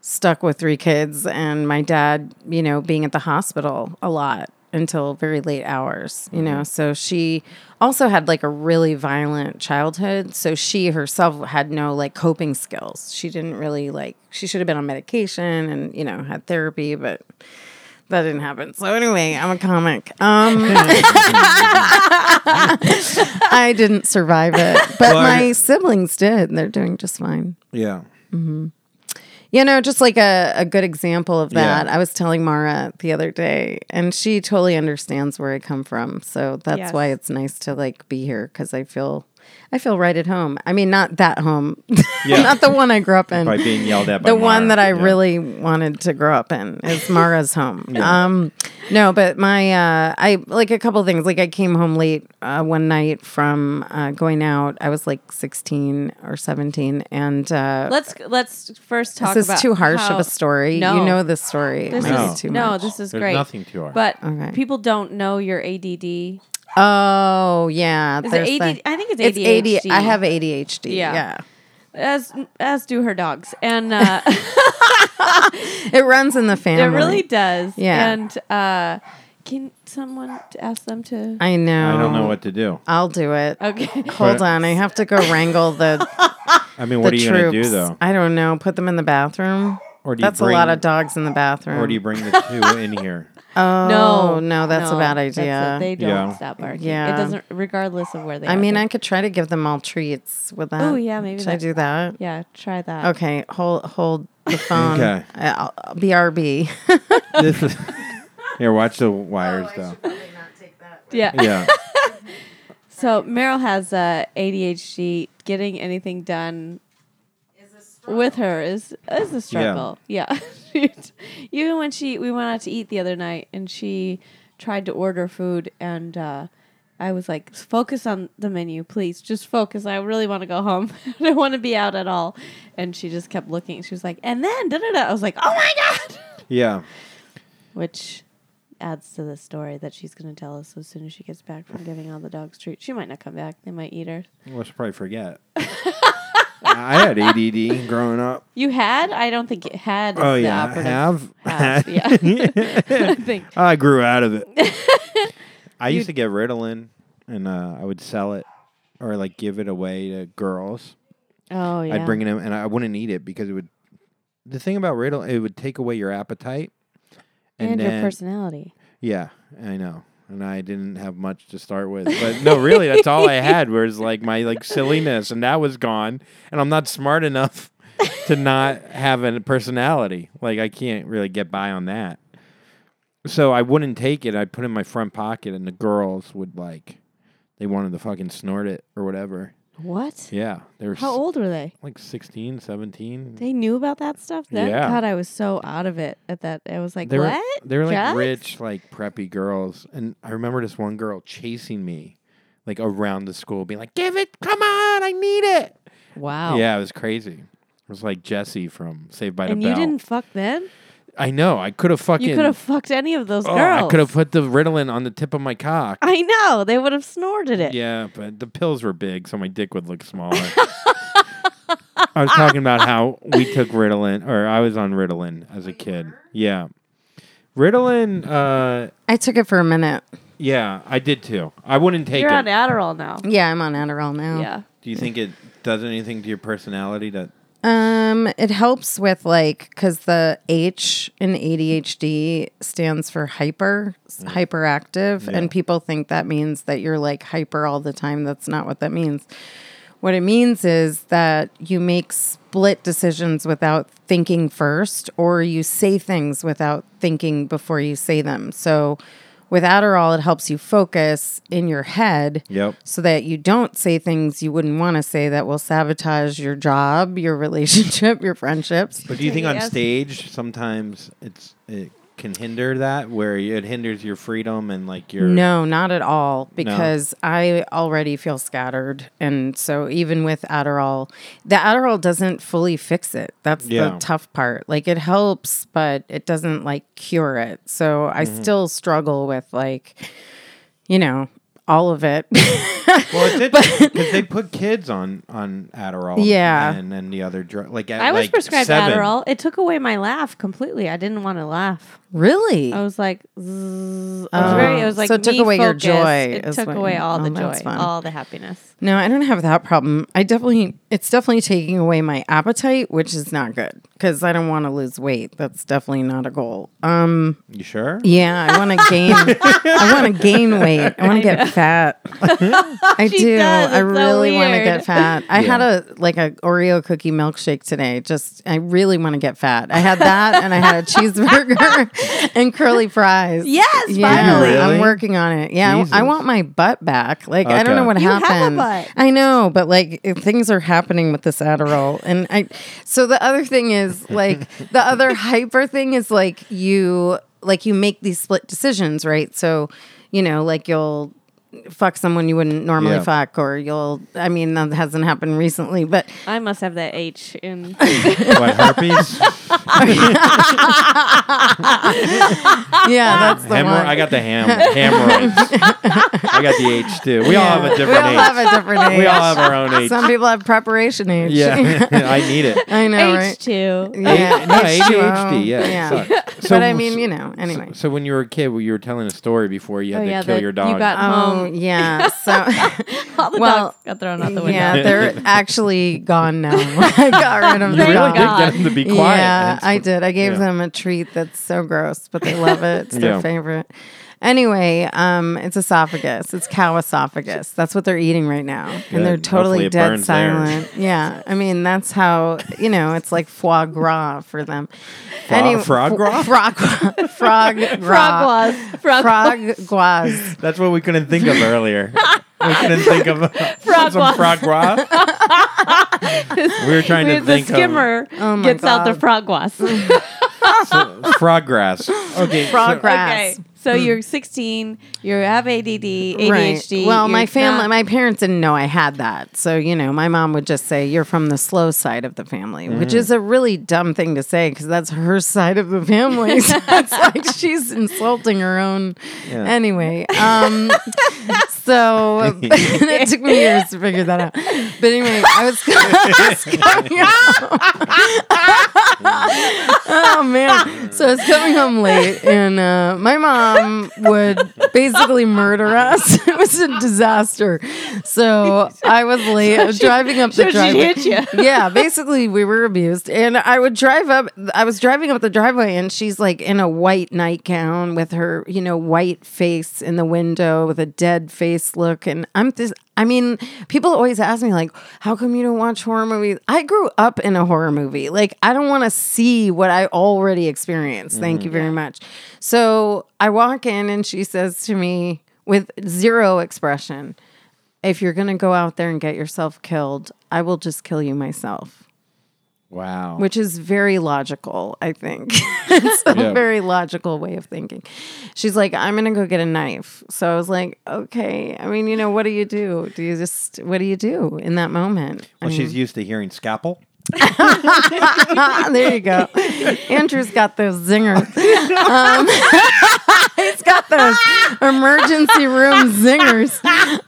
Speaker 3: stuck with three kids and my dad, you know, being at the hospital a lot until very late hours, you know. So she also had like a really violent childhood. So she herself had no like coping skills. She didn't really like, she should have been on medication and, you know, had therapy, but that didn't happen. So anyway, I'm a comic. Um, I didn't survive it,
Speaker 1: Well,
Speaker 3: but my siblings did. and They're doing just fine.
Speaker 1: Yeah.
Speaker 3: You know, just like a, a good example of
Speaker 1: Yeah.
Speaker 3: that, I was telling Mara the other day, and she totally understands where I come from. So that's
Speaker 2: Yes.
Speaker 3: why it's nice to like be here because I feel I feel right at home. I mean, not that home,
Speaker 1: Yeah.
Speaker 3: not the one I grew up in
Speaker 1: By being yelled at by
Speaker 3: the
Speaker 1: Mara.
Speaker 3: one that I
Speaker 1: Yeah.
Speaker 3: really wanted to grow up in is Mara's home. Um, no, but my uh, I like a couple things. Like I came home late uh, one night from uh, going out. I was like sixteen or seventeen, and uh,
Speaker 2: Let's let's first talk
Speaker 3: this
Speaker 2: about
Speaker 3: is too harsh
Speaker 2: how-
Speaker 3: of a story.
Speaker 2: No.
Speaker 3: You know this story. It
Speaker 2: This
Speaker 3: might
Speaker 1: No.
Speaker 3: be
Speaker 2: is
Speaker 3: too
Speaker 2: no,
Speaker 3: much.
Speaker 2: this is
Speaker 1: There's
Speaker 2: great.
Speaker 1: nothing to our.
Speaker 2: But
Speaker 3: Okay.
Speaker 2: people don't know your ADD.
Speaker 3: Oh yeah,
Speaker 2: Is
Speaker 3: there's
Speaker 2: it AD?
Speaker 3: that.
Speaker 2: I think it's
Speaker 3: It's
Speaker 2: ADHD.
Speaker 3: AD. I have ADHD.
Speaker 2: Yeah.
Speaker 3: Yeah.
Speaker 2: as as do her dogs, and uh,
Speaker 3: it runs in the
Speaker 2: it
Speaker 3: family.
Speaker 2: really does.
Speaker 3: Yeah.
Speaker 2: and uh, can someone ask them to?
Speaker 3: I know.
Speaker 1: I don't know what to do.
Speaker 3: I'll do it.
Speaker 2: Okay,
Speaker 3: Hold on, I have to go wrangle the
Speaker 1: I mean, what are
Speaker 3: the
Speaker 1: you
Speaker 3: troops.
Speaker 1: gonna do though?
Speaker 3: I don't know. Put them in the bathroom.
Speaker 1: Or do you
Speaker 3: That's
Speaker 1: bring,
Speaker 3: a lot of dogs in the bathroom.
Speaker 1: Or do you bring the
Speaker 3: um,
Speaker 1: two in here?
Speaker 3: oh,
Speaker 2: no,
Speaker 3: no, no, that's a bad
Speaker 2: that's it.
Speaker 3: idea.
Speaker 2: They don't
Speaker 1: Yeah.
Speaker 2: stop barking.
Speaker 3: Yeah.
Speaker 2: it doesn't, regardless of where they.
Speaker 3: I
Speaker 2: are.
Speaker 3: mean,
Speaker 2: They-
Speaker 3: I could try to give them all treats with that.
Speaker 2: Oh, yeah, maybe
Speaker 3: Should I
Speaker 2: that-
Speaker 3: do that?
Speaker 2: yeah, try that.
Speaker 3: Okay, hold hold the phone.
Speaker 1: Okay.
Speaker 3: I- I'll- BRB.
Speaker 1: this is here. Watch the
Speaker 3: Oh,
Speaker 1: wires though.
Speaker 2: Yeah.
Speaker 1: Yeah.
Speaker 2: So Meryl has uh, ADHD. Getting anything done with her is is a struggle. Yeah. Even when she we went out to eat the other night and she tried to order food and uh, I was like, focus on the menu, please. Just focus. I really want to go home. I don't want to be out at all. And she just kept looking. She was like, and then da da da. I was like, oh my god.
Speaker 1: Yeah.
Speaker 2: Which adds to the story that she's going to tell us as soon as she gets back from giving all the dogs treats. She might not come back. They might eat her.
Speaker 1: Well, she'll probably forget. I had ADD growing up.
Speaker 2: You had? I don't think it had. is
Speaker 1: Oh
Speaker 2: the
Speaker 1: yeah,
Speaker 2: operative
Speaker 1: have. Oh,
Speaker 2: have, yeah. I think.
Speaker 1: I grew out of it. I used to get Ritalin, and uh, I would sell it or like give it away to girls.
Speaker 2: Oh yeah.
Speaker 1: I'd bring it in, and I wouldn't eat it because it would. The thing about Ritalin, it would take away your appetite,
Speaker 2: and your
Speaker 1: then-
Speaker 2: personality.
Speaker 1: Yeah, I know. And I didn't have much to start with. But no, really, that's all I had was like my like silliness and that was gone. And I'm not smart enough to not have a personality. Like I can't really get by on that. So I wouldn't take it. I'd put it in my front pocket and the girls would like they wanted to fucking snort it or whatever.
Speaker 2: What?
Speaker 1: Yeah. They were
Speaker 2: How
Speaker 1: s-
Speaker 2: old were they?
Speaker 1: like 16, 17.
Speaker 2: They knew about that stuff then.
Speaker 1: Yeah.
Speaker 2: God, I was so out of it at that. I was like,
Speaker 1: They
Speaker 2: what?
Speaker 1: were they were like
Speaker 2: Drugs?
Speaker 1: rich, like preppy girls, and I remember this one girl chasing me, like around the school, being like, "Give it, come on, I need it."
Speaker 2: Wow.
Speaker 1: Yeah, it was crazy. It was like Jesse from Saved by the
Speaker 2: And
Speaker 1: Bell.
Speaker 2: you didn't fuck then?
Speaker 1: I know. I could have fucking.
Speaker 2: You could have fucked any of those
Speaker 1: Oh,
Speaker 2: girls.
Speaker 1: I could have put the Ritalin on the tip of my cock.
Speaker 2: I know they would have snorted it.
Speaker 1: Yeah, but the pills were big, so my dick would look smaller. I was talking about how we took Ritalin, or I was on Ritalin as a kid. Yeah, Ritalin. Uh,
Speaker 3: I took it for a minute.
Speaker 1: Yeah, I did too. I wouldn't take
Speaker 2: You're
Speaker 1: it.
Speaker 2: on Adderall now.
Speaker 1: Mm-hmm.
Speaker 3: Yeah, I'm on Adderall now.
Speaker 2: Yeah.
Speaker 1: Do you think it does anything to your personality that
Speaker 3: Um, it helps with like because the H in ADHD stands for hyper, s- hyperactive,
Speaker 1: Mm. Yeah.
Speaker 3: and people think that means that you're like hyper all the time. That's not what that means. What it means is that you make split decisions without thinking first, or you say things without thinking before you say them. So, with Adderall, it helps you focus in your head
Speaker 1: Yep.
Speaker 3: so that you don't say things you wouldn't want to say that will sabotage your job, your relationship, your friendships.
Speaker 1: But do you think on
Speaker 2: Yes.
Speaker 1: stage sometimes it's it can hinder that where it hinders your freedom and like your
Speaker 3: No, not at all. Because I already feel scattered, and so even with Adderall, the Adderall doesn't fully fix it. That's
Speaker 1: Yeah.
Speaker 3: the tough part. Like it helps, but it doesn't like cure it. So I
Speaker 1: Mm-hmm.
Speaker 3: still struggle with like, you know, all of it.
Speaker 1: Well, it's interesting because they put kids on on Adderall.
Speaker 3: Yeah.
Speaker 1: and then the other drug. Like at,
Speaker 2: I was
Speaker 1: like,
Speaker 2: prescribed
Speaker 1: seven.
Speaker 2: Adderall. It took away my laugh completely. I didn't want to laugh.
Speaker 3: really?
Speaker 2: I was like, zzz. I was very. It was
Speaker 3: Oh. So
Speaker 2: like
Speaker 3: it took
Speaker 2: me
Speaker 3: away your
Speaker 2: focused.
Speaker 3: joy
Speaker 2: It
Speaker 3: is
Speaker 2: took
Speaker 3: what
Speaker 2: away
Speaker 3: you-
Speaker 2: all the
Speaker 3: oh,
Speaker 2: joy,
Speaker 3: that's fun.
Speaker 2: all the happiness.
Speaker 3: No, I don't have that problem. I definitely, it's definitely taking away my appetite, which is not good because I don't want to lose weight. That's definitely not a goal. Um,
Speaker 1: You sure?
Speaker 3: yeah, I want to gain. I want to gain weight. I want to get fat. I
Speaker 2: She
Speaker 3: do.
Speaker 2: does.
Speaker 3: I
Speaker 2: It's so
Speaker 3: really want to
Speaker 2: weird.
Speaker 3: get fat. I had
Speaker 1: Yeah.
Speaker 3: a like a Oreo cookie milkshake today. Just I really want to get fat. I had that, and I had a cheeseburger and curly fries.
Speaker 2: Yes,
Speaker 3: Yeah,
Speaker 2: finally.
Speaker 1: Really?
Speaker 3: I'm working on it. Yeah, I w- I
Speaker 1: Jesus.
Speaker 3: want my butt back. Like I don't
Speaker 1: Okay.
Speaker 3: know what
Speaker 2: You have a
Speaker 3: happened.
Speaker 2: butt.
Speaker 3: I know, but like if things are happening with this Adderall, and I. So the other thing is like the other hyper thing is like you like you make these split decisions, right? So, you know, like you'll fuck someone you wouldn't normally
Speaker 1: Yeah.
Speaker 3: fuck, or you'll. I mean, that hasn't happened recently, but
Speaker 2: I must have that H in.
Speaker 1: what herpes?
Speaker 3: yeah, that's the
Speaker 1: Hemorrho-
Speaker 3: one.
Speaker 1: I got the ham hemorrhoids. I got the H too. We all have a
Speaker 3: we all
Speaker 1: different
Speaker 3: have
Speaker 1: H.
Speaker 3: a different age.
Speaker 1: We all have our own H.
Speaker 3: Some people have preparation age.
Speaker 1: yeah, I need it.
Speaker 3: I know, right?
Speaker 2: H two.
Speaker 3: Yeah,
Speaker 1: no,
Speaker 3: H2O.
Speaker 1: ADHD. Yeah, it sucks. So,
Speaker 3: but I mean, you know, anyway.
Speaker 1: So when you were a kid, well, you were telling a story before you had
Speaker 2: Oh,
Speaker 1: to
Speaker 2: yeah,
Speaker 1: kill
Speaker 2: that
Speaker 1: your
Speaker 2: you
Speaker 1: dog.
Speaker 2: got-
Speaker 3: Oh
Speaker 2: Um,
Speaker 3: yeah, so
Speaker 2: All the
Speaker 3: Well,
Speaker 2: dogs got thrown out the window.
Speaker 3: yeah, they're actually gone now. I got rid of
Speaker 2: Oh
Speaker 1: you
Speaker 3: the
Speaker 1: really
Speaker 3: dog.
Speaker 1: did get him to be quiet.
Speaker 3: Yeah,
Speaker 1: That's-
Speaker 3: I did. I gave
Speaker 1: yeah.
Speaker 3: them a treat that's so gross, but they love it. It's their
Speaker 1: Yeah.
Speaker 3: favorite. Anyway, um, it's esophagus. It's cow esophagus. That's what they're eating right now,
Speaker 1: Good.
Speaker 3: and they're
Speaker 1: Hopefully
Speaker 3: totally
Speaker 1: it
Speaker 3: dead
Speaker 1: burns theirs.
Speaker 3: silent. Yeah, I mean that's how you know it's like foie gras for them.
Speaker 1: Fro- frog gras?
Speaker 3: frog, frog, frog,
Speaker 2: Frog
Speaker 3: gras,
Speaker 2: was frog,
Speaker 3: frog, gras.
Speaker 1: That's what we couldn't think of earlier. we couldn't think of uh,
Speaker 2: Frog
Speaker 1: some
Speaker 2: wash.
Speaker 1: frog gras. we were trying to
Speaker 2: the
Speaker 1: think
Speaker 2: skimmer
Speaker 3: Oh my
Speaker 2: gets out the
Speaker 3: God.
Speaker 2: frog was.
Speaker 1: of so, frog grass. Okay,
Speaker 3: Frog
Speaker 1: so-
Speaker 3: grass.
Speaker 2: Okay, so you're 16. You have ADD, ADHD.
Speaker 3: Hmm. Right. Well, my
Speaker 2: you're
Speaker 3: family,
Speaker 2: not-
Speaker 3: my parents didn't know I had that. So, you know, my mom would just say, You're from the slow side of the family, which is a really dumb thing to say because that's her side of the family. so it's like she's insulting her own.
Speaker 1: Yeah.
Speaker 3: Anyway, um, so it took me years to figure that out. But anyway, I was, I was coming home- oh man! So I was coming home late, and uh, my mom would basically murder us. it was a disaster. So I was late, I was driving up
Speaker 2: so
Speaker 3: the
Speaker 2: she
Speaker 3: driveway.
Speaker 2: hit ya.
Speaker 3: Yeah, basically we were abused, and I would drive up. I was driving up the driveway, and she's like in a white nightgown with her, you know, white face in the window with a dead face look. And I'm this. I mean, people always ask me like, "How come you don't watch horror movies?" I grew up in a horror movie. Like, I don't want to see what I already experienced. Thank you very much. So I walk in, and she says to me with zero expression if you're going to go out there and get yourself killed, I will just kill you myself,
Speaker 1: Wow.
Speaker 3: which is very logical, I think. it's a
Speaker 1: Yeah.
Speaker 3: very logical way of thinking. She's like, I'm going to go get a knife. So I was like, okay. I mean, you know, what do you do? Do you just, what do you do in that moment? I
Speaker 1: well, she's used to hearing scalpel.
Speaker 3: mean, there you go. Andrew's got those zingers. Um, he's got those emergency room zingers.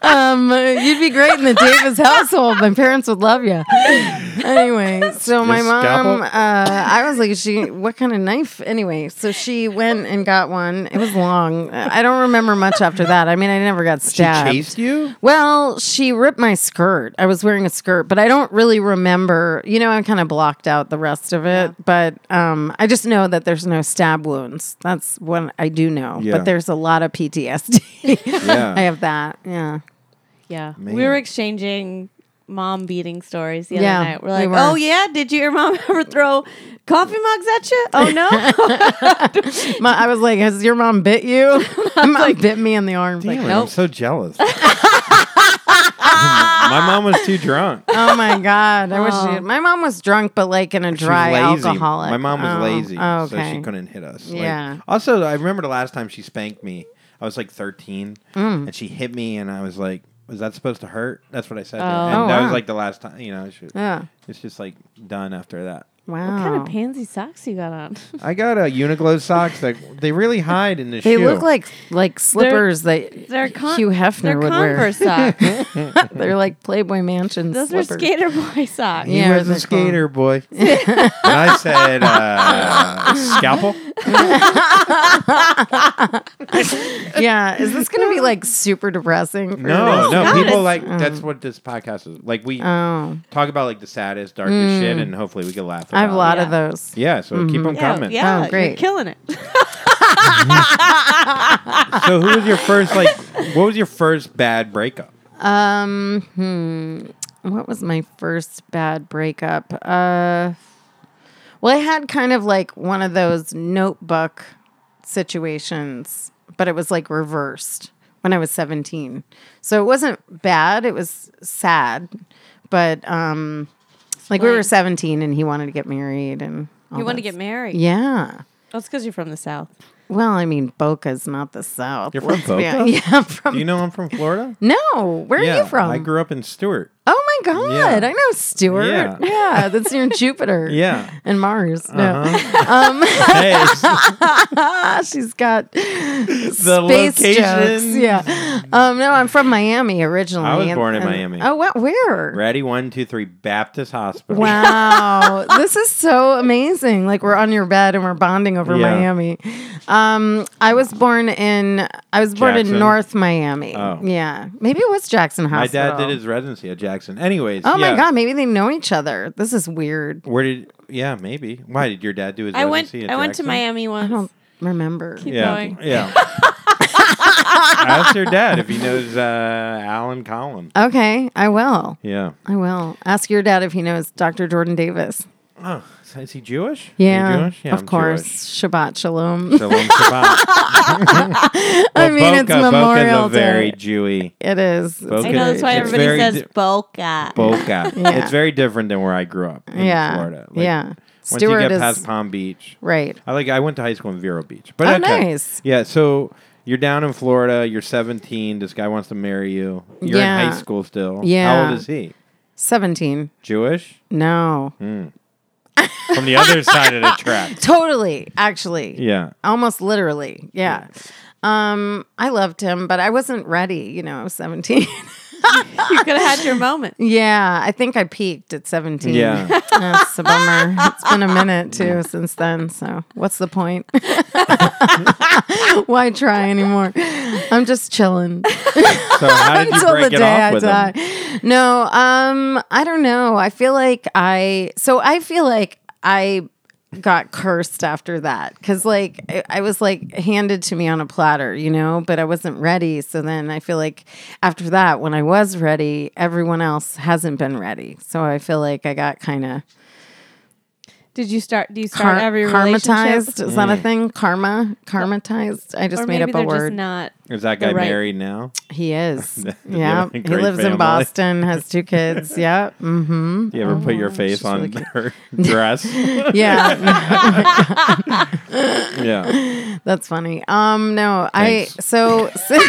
Speaker 3: Um, you'd be great in the Davis household. My parents would love you. Anyway, so my
Speaker 1: Your
Speaker 3: mom,
Speaker 1: scalpel?
Speaker 3: uh, I was like, she, what kind of knife? Anyway, so she went and got one. It was long. I don't remember much after that. I mean, I never got
Speaker 1: She
Speaker 3: stabbed.
Speaker 1: chased you.
Speaker 3: Well, she ripped my skirt. I was wearing a skirt, but I don't really remember. You know, I kind of blocked out the rest of it, but um, I just know that there's no stab wounds. That's what I do know.
Speaker 1: Yeah.
Speaker 3: But there's a lot of PTSD.
Speaker 1: Yeah.
Speaker 3: I have that. Yeah.
Speaker 2: Yeah,
Speaker 1: Man.
Speaker 2: we were exchanging mom beating stories the other
Speaker 3: Yeah,
Speaker 2: night. We're
Speaker 3: we
Speaker 2: like,
Speaker 3: were.
Speaker 2: oh yeah, did you, your mom ever throw coffee mugs at you? Oh no.
Speaker 3: My, I was like, "Has your mom bit you?" My mom bit me in the arm. Like,
Speaker 1: Damn it, I'm
Speaker 3: nope.
Speaker 1: so jealous. My mom was too drunk.
Speaker 3: Oh my god! I wish
Speaker 2: Oh.
Speaker 3: she, my mom was drunk, but like in a
Speaker 1: She was
Speaker 3: dry
Speaker 1: lazy.
Speaker 3: alcoholic.
Speaker 1: My mom was
Speaker 3: Oh,
Speaker 1: lazy,
Speaker 3: oh,
Speaker 1: so she couldn't hit us. Like-
Speaker 3: Yeah.
Speaker 1: also, I remember the last time she spanked me. I was like 13,
Speaker 3: Mm.
Speaker 1: and she hit me, and I was like, "Was that supposed to hurt?" That's what I said. to her.
Speaker 2: Oh.
Speaker 1: And
Speaker 3: Oh,
Speaker 1: that was
Speaker 3: wow. Uh.
Speaker 1: like the last time. You know, she,
Speaker 3: Yeah.
Speaker 1: it's just like done after that.
Speaker 3: Wow.
Speaker 2: what kind of pansy socks you got on?
Speaker 1: I got a Uniqlo socks that they really hide in the
Speaker 3: They
Speaker 1: shoe.
Speaker 3: look like like slippers that
Speaker 2: They're con-
Speaker 3: Hugh Hefner
Speaker 2: they're
Speaker 3: would
Speaker 2: Converse socks.
Speaker 3: wear. they're like Playboy Mansion
Speaker 2: Those
Speaker 3: slippers.
Speaker 2: are skater boy socks.
Speaker 1: He
Speaker 3: Yeah,
Speaker 1: was a
Speaker 3: they're cool.
Speaker 1: skater boy. and I said, uh, scalpel?
Speaker 3: yeah, is this going to be like super depressing? for
Speaker 1: No,
Speaker 2: No,
Speaker 1: no.
Speaker 2: God,
Speaker 1: people
Speaker 2: it's-
Speaker 1: like,
Speaker 3: Mm.
Speaker 1: that's what this podcast is. Like, we
Speaker 3: this? Oh,
Speaker 1: talk about like the saddest, darkest shit, and hopefully we can laugh
Speaker 3: Mm. I have a
Speaker 1: about
Speaker 3: lot
Speaker 1: it.
Speaker 3: of those.
Speaker 1: Yeah, so keep them
Speaker 2: Yeah,
Speaker 1: coming.
Speaker 2: yeah,
Speaker 3: Oh,
Speaker 2: you're
Speaker 3: great. Oh,
Speaker 2: killing it.
Speaker 1: So, who was your first, like, what was your first bad breakup?
Speaker 3: Um, hmm. What was my first bad breakup? Uh, well, I had kind of like one of those notebook situations, but it was like reversed when I was 17. So it wasn't bad, it was sad, but um, like we were
Speaker 2: Explain.
Speaker 3: 17 and he wanted to get married and all
Speaker 2: You want to
Speaker 3: that
Speaker 2: get married?
Speaker 3: Yeah.
Speaker 2: That's because Oh, you're from the south.
Speaker 3: Well, I mean, Boca's not the South.
Speaker 1: You're from
Speaker 3: Let's be
Speaker 1: Boca?
Speaker 3: hon- Yeah, I'm from.
Speaker 1: Do you know I'm from Florida?
Speaker 3: no, where
Speaker 1: yeah,
Speaker 3: are you from?
Speaker 1: I grew up in Stewart.
Speaker 3: Oh my God.
Speaker 1: Yeah.
Speaker 3: I know Stewart.
Speaker 1: Yeah.
Speaker 3: Yeah. that's near Jupiter.
Speaker 1: Yeah.
Speaker 3: And Mars. No.
Speaker 1: Uh-huh. Hey,
Speaker 3: Ah, she's got
Speaker 1: the
Speaker 3: space jokes.
Speaker 1: location.
Speaker 3: Yeah. Um, no, I'm from Miami originally.
Speaker 1: I was
Speaker 3: and-
Speaker 1: born in
Speaker 3: and-
Speaker 1: Miami.
Speaker 3: Oh, wow. Where?
Speaker 1: Ready? One, two, three. Baptist Hospital.
Speaker 3: Wow. this is so amazing. Like we're on your bed and we're bonding over
Speaker 1: Yeah.
Speaker 3: Miami. Um, I was born in I was born
Speaker 1: Jackson?
Speaker 3: in North Miami.
Speaker 1: Oh.
Speaker 3: Yeah. Maybe it was Jackson
Speaker 1: My dad
Speaker 3: Hospital.
Speaker 1: did his residency at Jackson. Anyways,
Speaker 3: Oh
Speaker 1: yeah.
Speaker 3: my god, maybe they know each other. This is weird.
Speaker 1: Where did? Yeah, maybe. Why did your dad do his?
Speaker 2: I went.
Speaker 1: residency at
Speaker 2: I went to
Speaker 1: Jackson?
Speaker 2: Miami once.
Speaker 3: I don't remember.
Speaker 1: Yeah,
Speaker 2: going.
Speaker 1: yeah. Ask your dad if he knows uh, Alan Collin.
Speaker 3: Okay, I will.
Speaker 1: Yeah.
Speaker 3: I will ask your dad if he knows Dr. Jordan Davis.
Speaker 1: Oh, so is he Jewish? Are you
Speaker 3: Yeah,
Speaker 1: Jewish? Yeah,
Speaker 3: of
Speaker 1: I'm
Speaker 3: course.
Speaker 1: Jewish.
Speaker 3: Shabbat shalom.
Speaker 1: Shalom Shabbat.
Speaker 3: I
Speaker 1: Well,
Speaker 3: mean, it's
Speaker 1: Boca-
Speaker 3: Memorial
Speaker 1: Boca's a very
Speaker 3: Day.
Speaker 1: Jewy.
Speaker 3: It is. It's
Speaker 1: Boca-
Speaker 2: I know that's why
Speaker 1: It's
Speaker 2: everybody
Speaker 1: very
Speaker 2: says
Speaker 1: di-
Speaker 2: Boca.
Speaker 1: Boca.
Speaker 3: Yeah.
Speaker 1: It's very different than where I grew up in
Speaker 3: yeah,
Speaker 1: Florida. Like,
Speaker 3: yeah.
Speaker 1: Once
Speaker 3: Stewart
Speaker 1: you get
Speaker 3: is
Speaker 1: past Palm Beach,
Speaker 3: right.
Speaker 1: I like. I went to high school in Vero Beach. But
Speaker 3: Oh,
Speaker 1: okay.
Speaker 3: nice.
Speaker 1: Yeah. So you're down in Florida. You're 17. This guy wants to marry you. You're in
Speaker 3: Yeah.
Speaker 1: high school still. How
Speaker 3: Yeah.
Speaker 1: old is he?
Speaker 3: Seventeen.
Speaker 1: Jewish?
Speaker 3: No,
Speaker 1: From the other side of the tracks.
Speaker 3: totally. Actually,
Speaker 1: Yeah.
Speaker 3: almost literally. Yeah. Um, I loved him, but I wasn't ready. You know, I was seventeen.
Speaker 2: You could have had your moment.
Speaker 3: yeah, I think I peaked at seventeen.
Speaker 1: Yeah.
Speaker 3: That's a bummer. It's been a minute too since then. So what's the point? Why try anymore? I'm just chilling
Speaker 1: So how did you
Speaker 3: until the
Speaker 1: break it
Speaker 3: day
Speaker 1: off
Speaker 3: I
Speaker 1: with
Speaker 3: die.
Speaker 1: him?
Speaker 3: No, um, I don't know. I feel like I so I feel like I got cursed after that because like I, I was like handed to me on a platter, you know, but I wasn't ready. So then I feel like after that, when I was ready, everyone else hasn't been ready. So I feel like I got kind of
Speaker 2: Did you start? Do you start
Speaker 3: Car-
Speaker 2: every relationship?
Speaker 3: karmatized.
Speaker 1: Mm.
Speaker 3: Is that a thing? Karma, karmatized. I just
Speaker 2: Or
Speaker 3: made
Speaker 2: maybe
Speaker 3: up a
Speaker 2: they're
Speaker 3: word.
Speaker 2: just not.
Speaker 1: Is that guy
Speaker 2: You're right.
Speaker 1: married now?
Speaker 3: he is.
Speaker 1: you
Speaker 3: yeah,
Speaker 1: have a
Speaker 3: he
Speaker 1: great
Speaker 3: lives
Speaker 1: family?
Speaker 3: in Boston. Has two kids. yeah. Mm-hmm.
Speaker 1: Do you ever put your face
Speaker 3: she's
Speaker 1: on
Speaker 3: really
Speaker 1: her
Speaker 3: cute.
Speaker 1: dress?
Speaker 3: Yeah,
Speaker 1: yeah.
Speaker 3: that's funny. Um, no, I
Speaker 1: Thanks.
Speaker 3: so since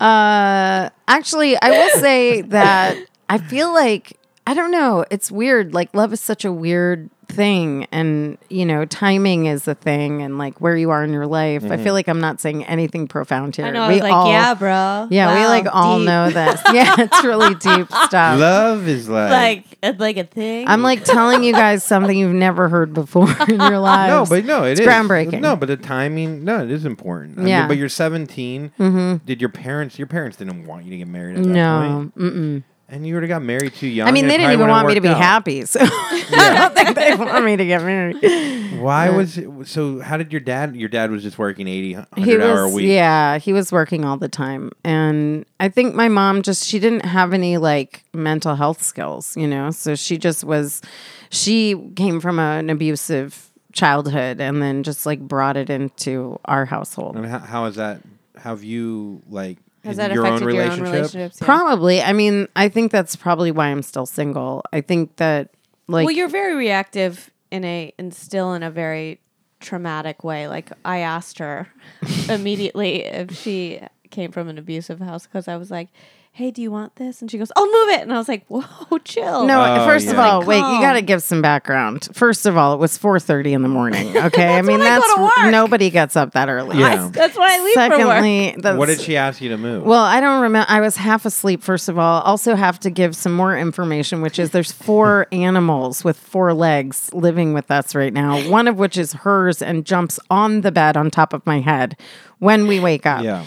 Speaker 3: uh, actually, I will say that I feel like I don't know. It's weird. Like love is such a weird thing, and you know, timing is a thing, and like where you are in your life.
Speaker 1: Mm-hmm.
Speaker 3: I feel like I'm not saying anything profound here.
Speaker 2: I know. I was like, yeah, bro.
Speaker 3: Yeah, we
Speaker 2: Wow,
Speaker 3: like all
Speaker 2: deep.
Speaker 3: know this. Yeah, it's really deep stuff.
Speaker 1: Love is like.
Speaker 2: Like, it's like a thing.
Speaker 3: I'm like telling you guys something you've never heard before in your
Speaker 1: no,
Speaker 3: lives.
Speaker 1: but no, it
Speaker 3: It's
Speaker 1: is.
Speaker 3: groundbreaking.
Speaker 1: No, but the timing, no, it is important. I
Speaker 3: Yeah. Mm-hmm.
Speaker 1: mean, but you're 17. Did your parents? Your parents didn't want you to get married at that
Speaker 3: no,
Speaker 1: point.
Speaker 3: mm-mm.
Speaker 1: And you would have got married too young.
Speaker 3: I mean,
Speaker 1: and
Speaker 3: they
Speaker 1: it
Speaker 3: didn't even
Speaker 1: probably
Speaker 3: want me to
Speaker 1: wouldn't
Speaker 3: be
Speaker 1: have worked
Speaker 3: happy, so I don't think they want me to get married.
Speaker 1: out. Why was it, so? How did your dad? Your dad was just working 80, 100
Speaker 3: He
Speaker 1: hour a
Speaker 3: was,
Speaker 1: week.
Speaker 3: yeah, he was working all the time, and I think my mom just she didn't have any like mental health skills, you know, so she just was. She came from a, an abusive childhood, and then just like brought it into our household.
Speaker 1: And how, how is that? Have you like
Speaker 2: Has
Speaker 1: in
Speaker 2: that
Speaker 1: your,
Speaker 2: affected
Speaker 1: own
Speaker 2: your
Speaker 1: relationship?
Speaker 2: own relationships? yeah?
Speaker 3: Probably, I mean, I think that's probably why I'm still single. I think that like
Speaker 2: well, you're very reactive in a and still in a very traumatic way. Like I asked her immediately if she came from an abusive house because I was like, "Hey, do you want this?" And she goes, "I'll move it." And I was like, "Whoa, chill."
Speaker 3: No,
Speaker 1: Oh,
Speaker 3: first of
Speaker 1: yeah.
Speaker 3: all, wait, you
Speaker 2: Calm.
Speaker 3: got to give some background. First of all, it was 4:30 in the morning, okay? I mean,
Speaker 2: when I
Speaker 3: that's
Speaker 2: go to work.
Speaker 3: nobody gets up that early.
Speaker 1: Yeah.
Speaker 2: I, that's why I leave for work.
Speaker 3: Secondly, that's,
Speaker 1: What did she ask you to move?
Speaker 3: Well, I don't remember. I was half asleep first of all. Also have to give some more information, which is there's four animals with four legs living with us right now. One of which is hers and jumps on the bed on top of my head when we wake up.
Speaker 1: yeah.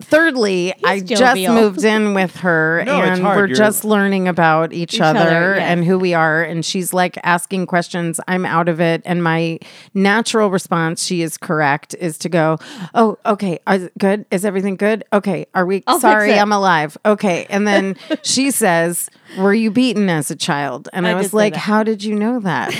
Speaker 3: Thirdly, I just
Speaker 2: jovial.
Speaker 3: moved in with her
Speaker 1: No, it's
Speaker 3: and
Speaker 1: hard.
Speaker 3: we're
Speaker 1: You're-
Speaker 3: just learning about each,
Speaker 2: other,
Speaker 3: other,
Speaker 2: yeah.
Speaker 3: and who we are. And she's like asking questions. I'm out of it. And my natural response, she is correct, is to go, Oh, okay. Is it good? Is everything good? Okay. Are we
Speaker 2: I'll fix
Speaker 3: sorry?
Speaker 2: it."
Speaker 3: I'm alive. Okay. And then she says, Were you beaten as a child? And
Speaker 2: I
Speaker 3: I,
Speaker 2: did
Speaker 3: was
Speaker 2: say
Speaker 3: like,
Speaker 2: that.
Speaker 3: How did you know that?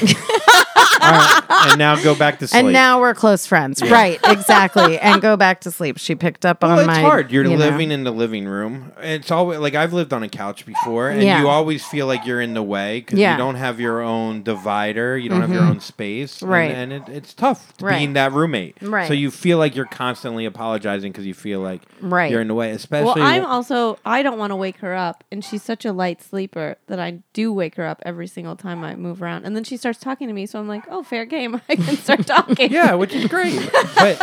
Speaker 1: and now go back to sleep.
Speaker 3: and now we're close friends. Right. Exactly. and go back to sleep. She picked up on
Speaker 1: Well,
Speaker 3: my.
Speaker 1: it's hard. You're
Speaker 3: you know.
Speaker 1: living in the living room. It's always like I've lived on a couch before, and
Speaker 3: Yeah.
Speaker 1: you always feel like you're in the way because
Speaker 3: Yeah. Mm-hmm.
Speaker 1: you don't have your own divider. You don't have your own space, and-
Speaker 3: Right.
Speaker 1: And, it, it's tough to
Speaker 3: Right.
Speaker 1: being that roommate,
Speaker 3: Right.
Speaker 1: So you feel like you're constantly apologizing because you feel like
Speaker 3: Right.
Speaker 1: you're in the way,
Speaker 2: Well,
Speaker 1: especially.
Speaker 2: I'm also I don't want to wake her up, and she's such a light sleeper that I do wake her up every single time I move around. And then she starts talking to me, so I'm like, "Oh, fair game, I can start talking."
Speaker 1: yeah, which is great, but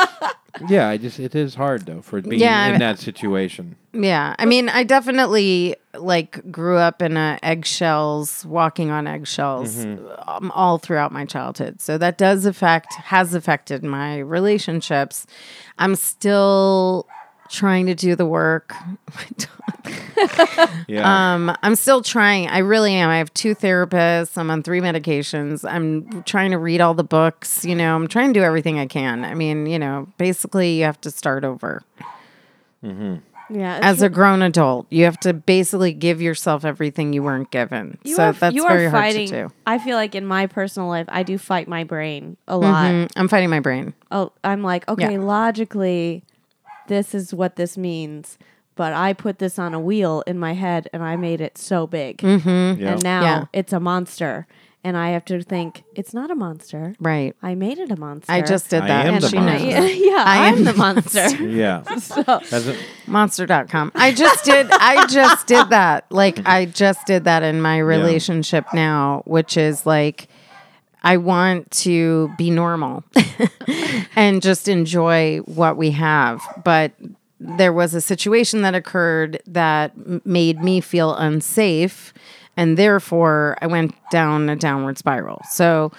Speaker 1: yeah, I just it is hard though for being
Speaker 3: Yeah,
Speaker 1: in
Speaker 3: I-
Speaker 1: that situation.
Speaker 3: Yeah. I mean, I definitely like grew up in a eggshells, walking on eggshells um, all throughout my childhood. So that does affect, has affected my relationships. I'm still trying to do the work. My dog.
Speaker 1: Yeah,
Speaker 3: Um, I'm still trying. I really am. I have two therapists. I'm on three medications. I'm trying to read all the books. You know, I'm trying to do everything I can. I mean, you know, basically, you have to start over
Speaker 2: yeah. it's
Speaker 3: as a grown adult, you have to basically give yourself everything you weren't given.
Speaker 2: You
Speaker 3: so
Speaker 2: are,
Speaker 3: that's
Speaker 2: you
Speaker 3: very
Speaker 2: are fighting.
Speaker 3: hard to do.
Speaker 2: I feel like in my personal life, I do fight my brain a lot.
Speaker 3: Mm, I'm fighting my brain.
Speaker 2: Oh, I'm like, okay, logically, this is what this means, but I put this on a wheel in my head and I made it so big,
Speaker 1: yeah.
Speaker 2: and now
Speaker 3: Mm-hmm. Yeah.
Speaker 2: it's a monster, and I have to think it's not a monster.
Speaker 3: Right.
Speaker 2: I made it a monster.
Speaker 3: I just did
Speaker 1: I
Speaker 3: that.
Speaker 1: am
Speaker 3: and
Speaker 1: the
Speaker 3: she
Speaker 1: monster.
Speaker 2: yeah,
Speaker 3: knows.
Speaker 2: yeah
Speaker 3: I
Speaker 2: I'm
Speaker 3: am
Speaker 2: the
Speaker 3: the
Speaker 2: monster.
Speaker 1: yeah. That's a-
Speaker 3: Monster.com. I just did I just did that. Like I just did that in my relationship now, which is like I want to be normal and just enjoy what we have. But there was a situation that occurred that m- made me feel unsafe. And therefore, I went down a downward spiral. So,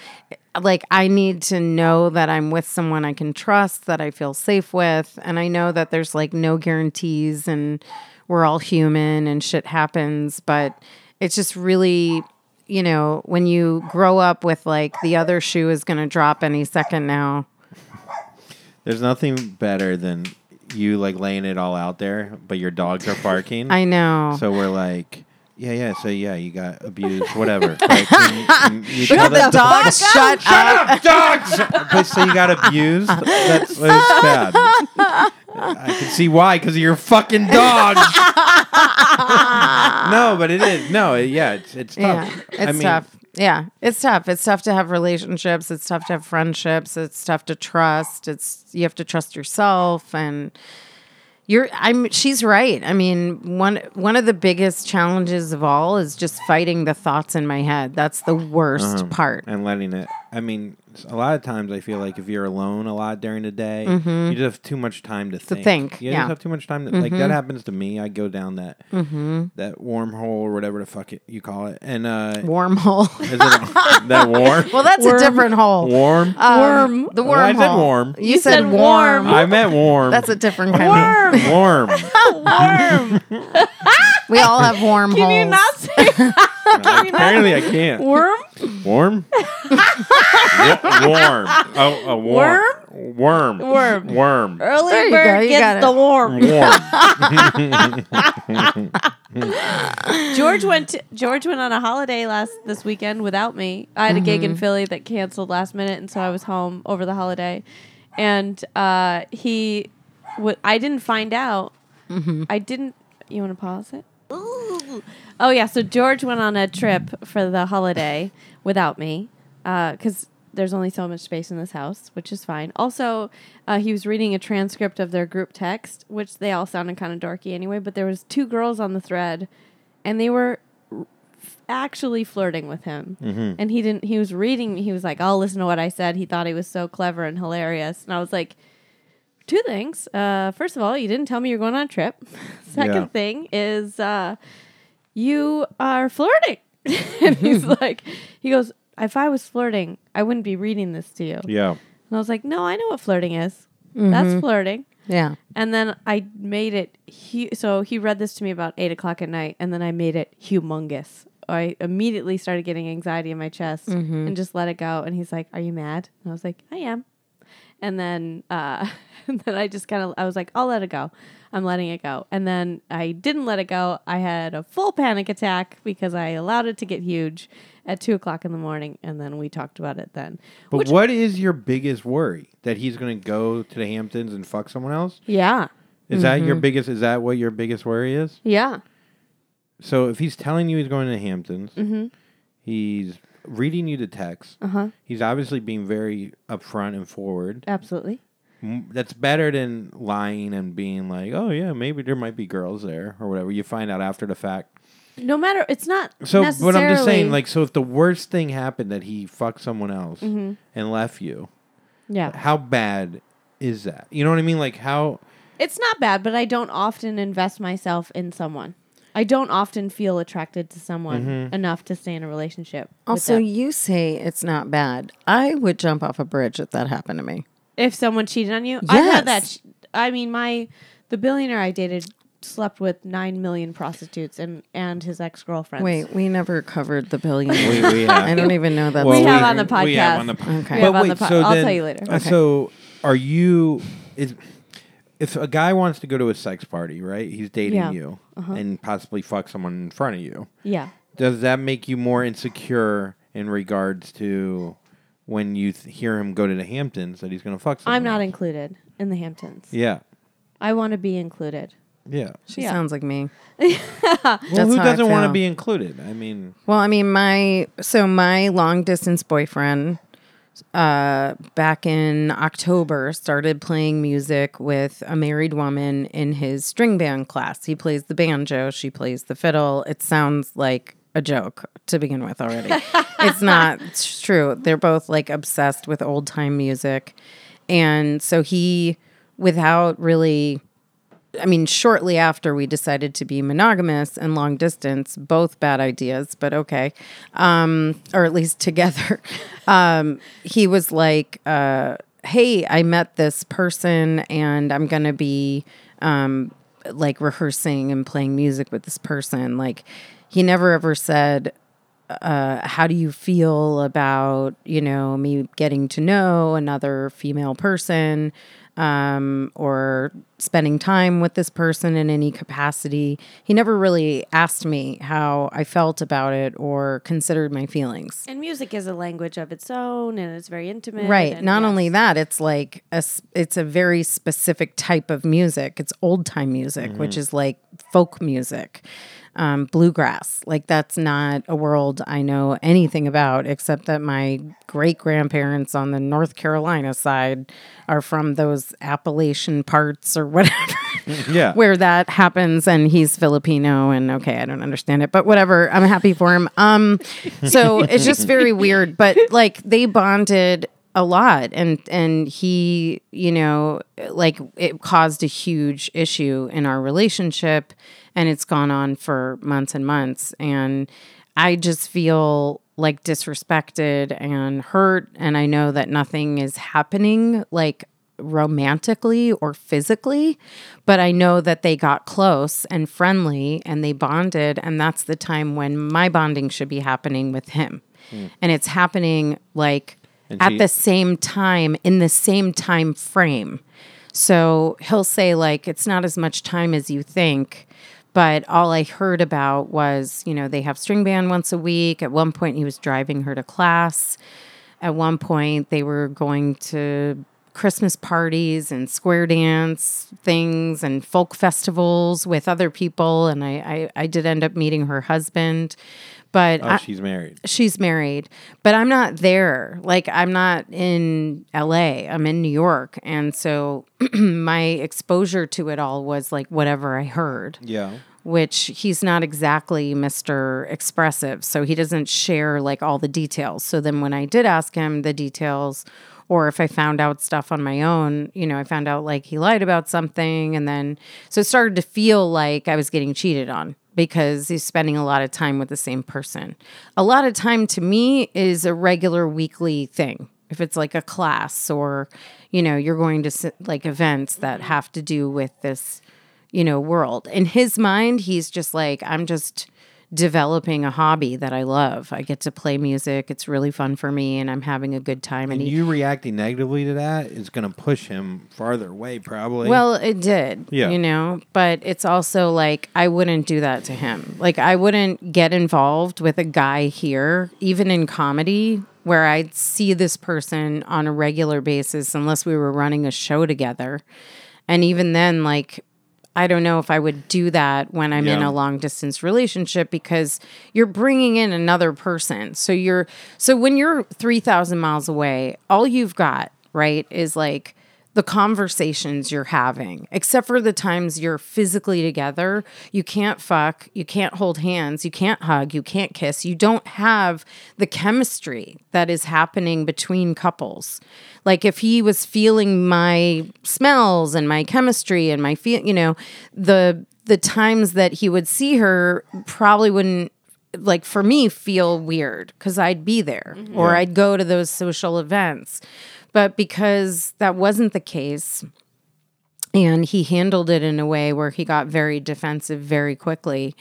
Speaker 3: like, I need to know that I'm with someone I can trust, that I feel safe with. And I know that there's like no guarantees and we're all human and shit happens. But it's just really you know, when you grow up with like the other shoe is going to drop any second now.
Speaker 1: There's nothing better than you like laying it all out there, but your dogs are barking.
Speaker 3: I know.
Speaker 1: So we're like, yeah, yeah. So yeah, you got abused, whatever. Like, can you- can you tell them-
Speaker 3: dog, shut up.
Speaker 1: Shut up, dogs. but so you got abused. That's, that's bad. I can see why, because of your fucking dog. no, but it is no. it- yeah, it's it's tough.
Speaker 3: Yeah, it's
Speaker 1: I mean,
Speaker 3: tough. Yeah, it's tough. It's tough to have relationships. It's tough to have friendships. It's tough to trust. It's you have to trust yourself and you're I'm she's right. I mean, one one of the biggest challenges of all is just fighting the thoughts in my head. That's the worst part.
Speaker 1: Uh-huh. Um, and letting it. I mean, s- a lot of times I feel like if you're alone a lot during the day, you just have too much time to think.
Speaker 3: think,
Speaker 1: you
Speaker 3: yeah.
Speaker 1: just have too much time. To, Like that happens to me. I go down that that wormhole or whatever the fuck it, you call it, and uh,
Speaker 3: Wormhole.
Speaker 1: is it a- that warm?
Speaker 3: well, that's a
Speaker 2: Worm.
Speaker 3: different hole.
Speaker 1: warm.
Speaker 3: Uh, worm. The wormhole.
Speaker 1: Well, Oh, I said warm.
Speaker 3: You, said,
Speaker 2: said
Speaker 3: warm.
Speaker 2: warm.
Speaker 1: I meant warm.
Speaker 3: That's a different kind
Speaker 2: Worm.
Speaker 1: warm.
Speaker 2: worm.
Speaker 3: We all have warm
Speaker 2: Can
Speaker 3: holes.
Speaker 2: you not say
Speaker 1: Apparently, I can't.
Speaker 2: worm?
Speaker 1: Warm? yep, warm. Oh, a warm. Worm?
Speaker 2: Worm.
Speaker 1: Worm.
Speaker 3: There
Speaker 2: Early
Speaker 3: you go,
Speaker 2: bird
Speaker 3: you got
Speaker 2: gets
Speaker 3: it.
Speaker 2: the worm.
Speaker 1: Warm.
Speaker 2: George went. To, George went on a holiday last this weekend without me. I had a gig in Philly that canceled last minute, and so I was home over the holiday. And uh, he, what I didn't find out. I didn't. You want to pause it? Ooh. Oh yeah. So George went on a trip for the holiday without me, because. there's only so much space in this house, which is fine. Also, uh, he was reading a transcript of their group text, which they all sounded kind of dorky anyway. But there was two girls on the thread and they were f- actually flirting with him and he didn't he was reading he was like i'll listen to what i said he thought he was so clever and hilarious and i was like two things uh, first of all you didn't tell me you're going on a trip second
Speaker 1: Yeah.
Speaker 2: thing is uh, you are flirting and he's like he goes if i was flirting i wouldn't be reading this to you
Speaker 1: Yeah.
Speaker 2: and i was like no i know what flirting is that's flirting
Speaker 3: Yeah.
Speaker 2: and then I made it. Hu- so he read this to me about eight o'clock at night, and then I made it humongous. I immediately started getting anxiety in my chest and just let it go. And he's like, "Are you mad?" And I was like, "I am." And then, uh, and then I just kind of, I was like, "I'll let it go. I'm letting it go." And then I didn't let it go. I had a full panic attack because I allowed it to get huge at two o'clock in the morning, and then we talked about it then.
Speaker 1: But what is your biggest worry? That he's going to go to the Hamptons and fuck someone else?
Speaker 2: Yeah,
Speaker 1: Is that your biggest? Is that what your biggest worry is?
Speaker 2: yeah,
Speaker 1: So if he's telling you he's going to the Hamptons, he's reading you the text. Uh-huh. He's obviously being very upfront and forward.
Speaker 2: absolutely.
Speaker 1: M- That's better than lying and being like, "Oh yeah, maybe there might be girls there or whatever." You find out after the fact.
Speaker 2: No matter, it's not.
Speaker 1: So, but I'm just
Speaker 2: necessarily-
Speaker 1: saying, like, so if the worst thing happened that he fucked someone else and left you,
Speaker 2: Yeah.
Speaker 1: how bad is that? You know what I mean? Like how?
Speaker 2: It's not bad, but I don't often invest myself in someone. I don't often feel attracted to someone
Speaker 1: Mm-hmm.
Speaker 2: enough to stay in a relationship. with
Speaker 3: Also,
Speaker 2: them.
Speaker 3: you say it's not bad. I would jump off a bridge if that happened to me.
Speaker 2: if someone cheated on you, I had that.
Speaker 3: Yes.
Speaker 2: sh- I mean, my the billionaire I dated slept with nine million prostitutes and and his ex girlfriends.
Speaker 3: Wait, we never covered the billion.
Speaker 1: We, we have.
Speaker 3: I don't even know that.
Speaker 2: Well, we- have on the
Speaker 1: We have on the
Speaker 2: podcast.
Speaker 1: podcast.
Speaker 3: Okay. We have
Speaker 2: on the po- I'll tell you later.
Speaker 3: Okay.
Speaker 1: uh, So, are you is if a guy wants to go to a sex party, right? He's dating
Speaker 2: Yeah. Uh-huh.
Speaker 1: you and possibly fuck someone in front of you.
Speaker 2: Yeah.
Speaker 1: Does that make you more insecure in regards to when you th- hear him go to the Hamptons that he's going to fuck someone?
Speaker 2: I'm not
Speaker 1: else?
Speaker 2: included in the Hamptons.
Speaker 1: Yeah.
Speaker 2: I want to be included.
Speaker 1: Yeah.
Speaker 3: she
Speaker 2: Yeah.
Speaker 3: sounds like me.
Speaker 1: well, who
Speaker 3: how I
Speaker 1: doesn't want to
Speaker 3: feel.
Speaker 1: be included? I mean,
Speaker 3: Well, I mean, my so my long distance boyfriend uh back in October started playing music with a married woman in his string band class. He plays the banjo, she plays the fiddle. It sounds like a joke to begin with already. it's not it's true. They're both like obsessed with old time music. And so he without really I mean, shortly after we decided to be monogamous and long distance, both bad ideas, but okay. Um, or at least together. Um, he was like, uh, hey, I met this person and I'm going to be um, like rehearsing and playing music with this person. Like, he never ever said, how do you feel about you know me getting to know another female person um, or spending time with this person in any capacity he never really asked me how i felt about it or considered my feelings
Speaker 2: And music is a language of its own, and it's very intimate.
Speaker 3: right
Speaker 2: and
Speaker 3: not
Speaker 2: yeah.
Speaker 3: only that it's like a s- it's a very specific type of music it's old time music which is like folk music um, bluegrass like that's not a world i know anything about except that my great grandparents on the north carolina side are from those appalachian parts or whatever
Speaker 1: yeah.
Speaker 3: where that happens and he's Filipino and okay, I don't understand it, but whatever. I'm happy for him. Um so it's just very weird, but like they bonded a lot and and he, you know, like it caused a huge issue in our relationship and it's gone on for months and months and I just feel like disrespected and hurt and I know that nothing is happening like romantically or physically, but I know that they got close and friendly and they bonded. And that's the time when my bonding should be happening with him. And it's happening like
Speaker 1: Hmm. And
Speaker 3: at
Speaker 1: she-
Speaker 3: the same time, in the same time frame. So he'll say, like, it's not as much time as you think. But all I heard about was, you know, they have string band once a week. At one point, he was driving her to class. At one point, they were going to Christmas parties and square dance things and folk festivals with other people. And I, I, I did end up meeting her husband. But
Speaker 1: Oh,
Speaker 3: I-
Speaker 1: she's married.
Speaker 3: she's married, but I'm not there. Like I'm not in LA. I'm in New York. And so my exposure to it all was like whatever I heard,
Speaker 1: Yeah.
Speaker 3: which he's not exactly Mr. Expressive. So he doesn't share like all the details. So then when I did ask him the details or if I found out stuff on my own, you know, I found out like he lied about something and then so it started to feel like I was getting cheated on because he's spending a lot of time with the same person. A lot of time to me is a regular weekly thing. If it's like a class or, you know, you're going to s- like events that have to do with this, you know, world. In his mind, he's just like, I'm just developing a hobby that I love. I get to play music. It's really fun for me and I'm having a good time. And, he,
Speaker 1: You reacting negatively to that is going to push him farther away, probably.
Speaker 3: Well, it did.
Speaker 1: Yeah.
Speaker 3: You know, but it's also like I wouldn't do that to him. Like I wouldn't get involved with a guy here, even in comedy, where I'd see this person on a regular basis unless we were running a show together. And even then, like I don't know if I would do that when I'm in
Speaker 1: Yeah.
Speaker 3: a long distance relationship because you're bringing in another person. So you're so when you're 3000 miles away, all you've got, right, is like the conversations you're having. Except for the times you're physically together, you can't fuck, you can't hold hands, you can't hug, you can't kiss. You don't have the chemistry that is happening between couples. Like if he was feeling my smells and my chemistry and my feel, you know, the the times that he would see her probably wouldn't like for me feel weird because I'd be there or I'd go to those social events. But because that wasn't the case, and he handled it in a way where he got very defensive very quickly.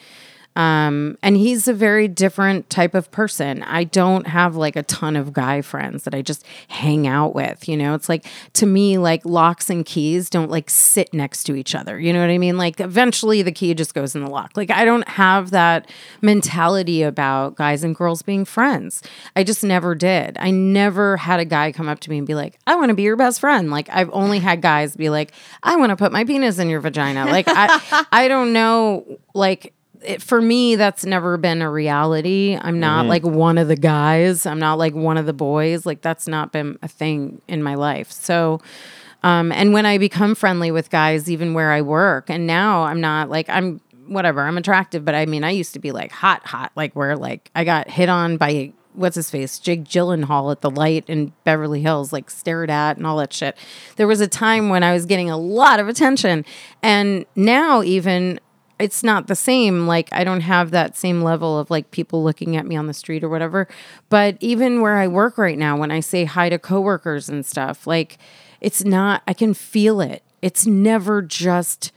Speaker 3: Um, and he's a very different type of person. I don't have like a ton of guy friends that I just hang out with. You know, it's like to me, like locks and keys don't like sit next to each other. You know what I mean? Like eventually the key just goes in the lock. Like I don't have that mentality about guys and girls being friends. I just never did. I never had a guy come up to me and be like, I want to be your best friend. Like I've only had guys be like, I want to put my penis in your vagina. Like I, I don't know. Like it, for me, that's never been a reality. I'm not like one of the guys. I'm not like one of the boys. Like that's not been a thing in my life. So, um, and when I become friendly with guys, even where I work, and now I'm not like I'm whatever. I'm attractive, but I mean, I used to be like hot, hot. Like where like I got hit on by what's his face, Jake Gyllenhaal at the light in Beverly Hills, like stared at and all that shit. There was a time when I was getting a lot of attention, and now even it's not the same. Like I don't have that same level of like people looking at me on the street or whatever. But even where I work right now, when I say hi to coworkers and stuff, like it's not. I can feel it. It's never just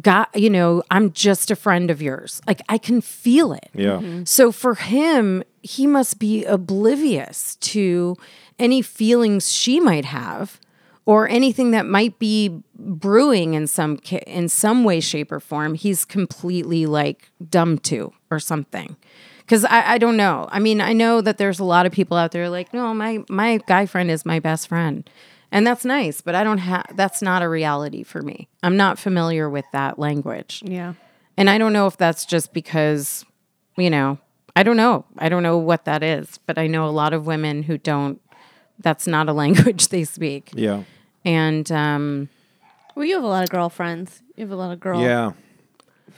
Speaker 3: got. You know, I'm just a friend of yours. Like I can feel it.
Speaker 1: yeah.
Speaker 3: So for him, he must be oblivious to any feelings she might have or anything that might be brewing in some ca- in some way shape or form he's completely like dumb to or something because I, I don't know i mean i know that there's a lot of people out there like no my my guy friend is my best friend and that's nice but i don't have that's not a reality for me i'm not familiar with that language
Speaker 2: Yeah.
Speaker 3: and I don't know if that's just because, you know, I don't know. I don't know what that is, but I know a lot of women who don't, that's not a language they speak.
Speaker 1: Yeah.
Speaker 3: And um,
Speaker 2: Well, you have a lot of girlfriends. You have a lot of girl.
Speaker 1: Yeah.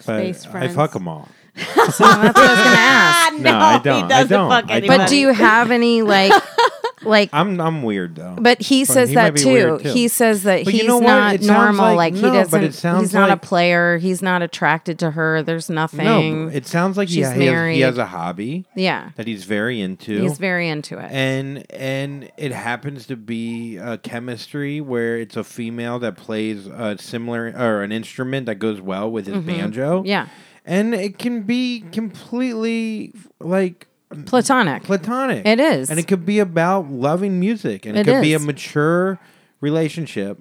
Speaker 1: But
Speaker 2: Space
Speaker 1: I
Speaker 2: friends.
Speaker 1: fuck them all.
Speaker 3: that's what I was going to
Speaker 2: Ah,
Speaker 3: ask.
Speaker 2: no,
Speaker 1: No, I don't.
Speaker 2: He
Speaker 1: I
Speaker 2: doesn't
Speaker 1: don't.
Speaker 2: fuck
Speaker 1: I
Speaker 2: anybody.
Speaker 3: But do you have any like Like,
Speaker 1: I'm I'm weird though.
Speaker 3: but he says
Speaker 1: he might
Speaker 3: that
Speaker 1: be
Speaker 3: too.
Speaker 1: weird, too.
Speaker 3: He says that
Speaker 1: But you
Speaker 3: he's
Speaker 1: know what?
Speaker 3: not
Speaker 1: It sounds
Speaker 3: normal.
Speaker 1: like-
Speaker 3: Like,
Speaker 1: no,
Speaker 3: he
Speaker 1: but
Speaker 3: doesn't.
Speaker 1: it sounds
Speaker 3: he's not
Speaker 1: like-
Speaker 3: a player. He's not attracted to her. There's nothing.
Speaker 1: no, it sounds like he,
Speaker 3: She's
Speaker 1: ha- he, has,
Speaker 3: married.
Speaker 1: he has a hobby
Speaker 3: yeah,
Speaker 1: that he's very into.
Speaker 3: he's very into it.
Speaker 1: and and it happens to be a chemistry where it's a female that plays a similar or an instrument that goes well with his banjo.
Speaker 3: Mm-hmm. yeah,
Speaker 1: And it can be completely like
Speaker 3: platonic.
Speaker 1: platonic.
Speaker 3: It is.
Speaker 1: And it could be about loving music and it,
Speaker 3: It
Speaker 1: could be a
Speaker 3: is. Mm-hmm.
Speaker 1: mature relationship.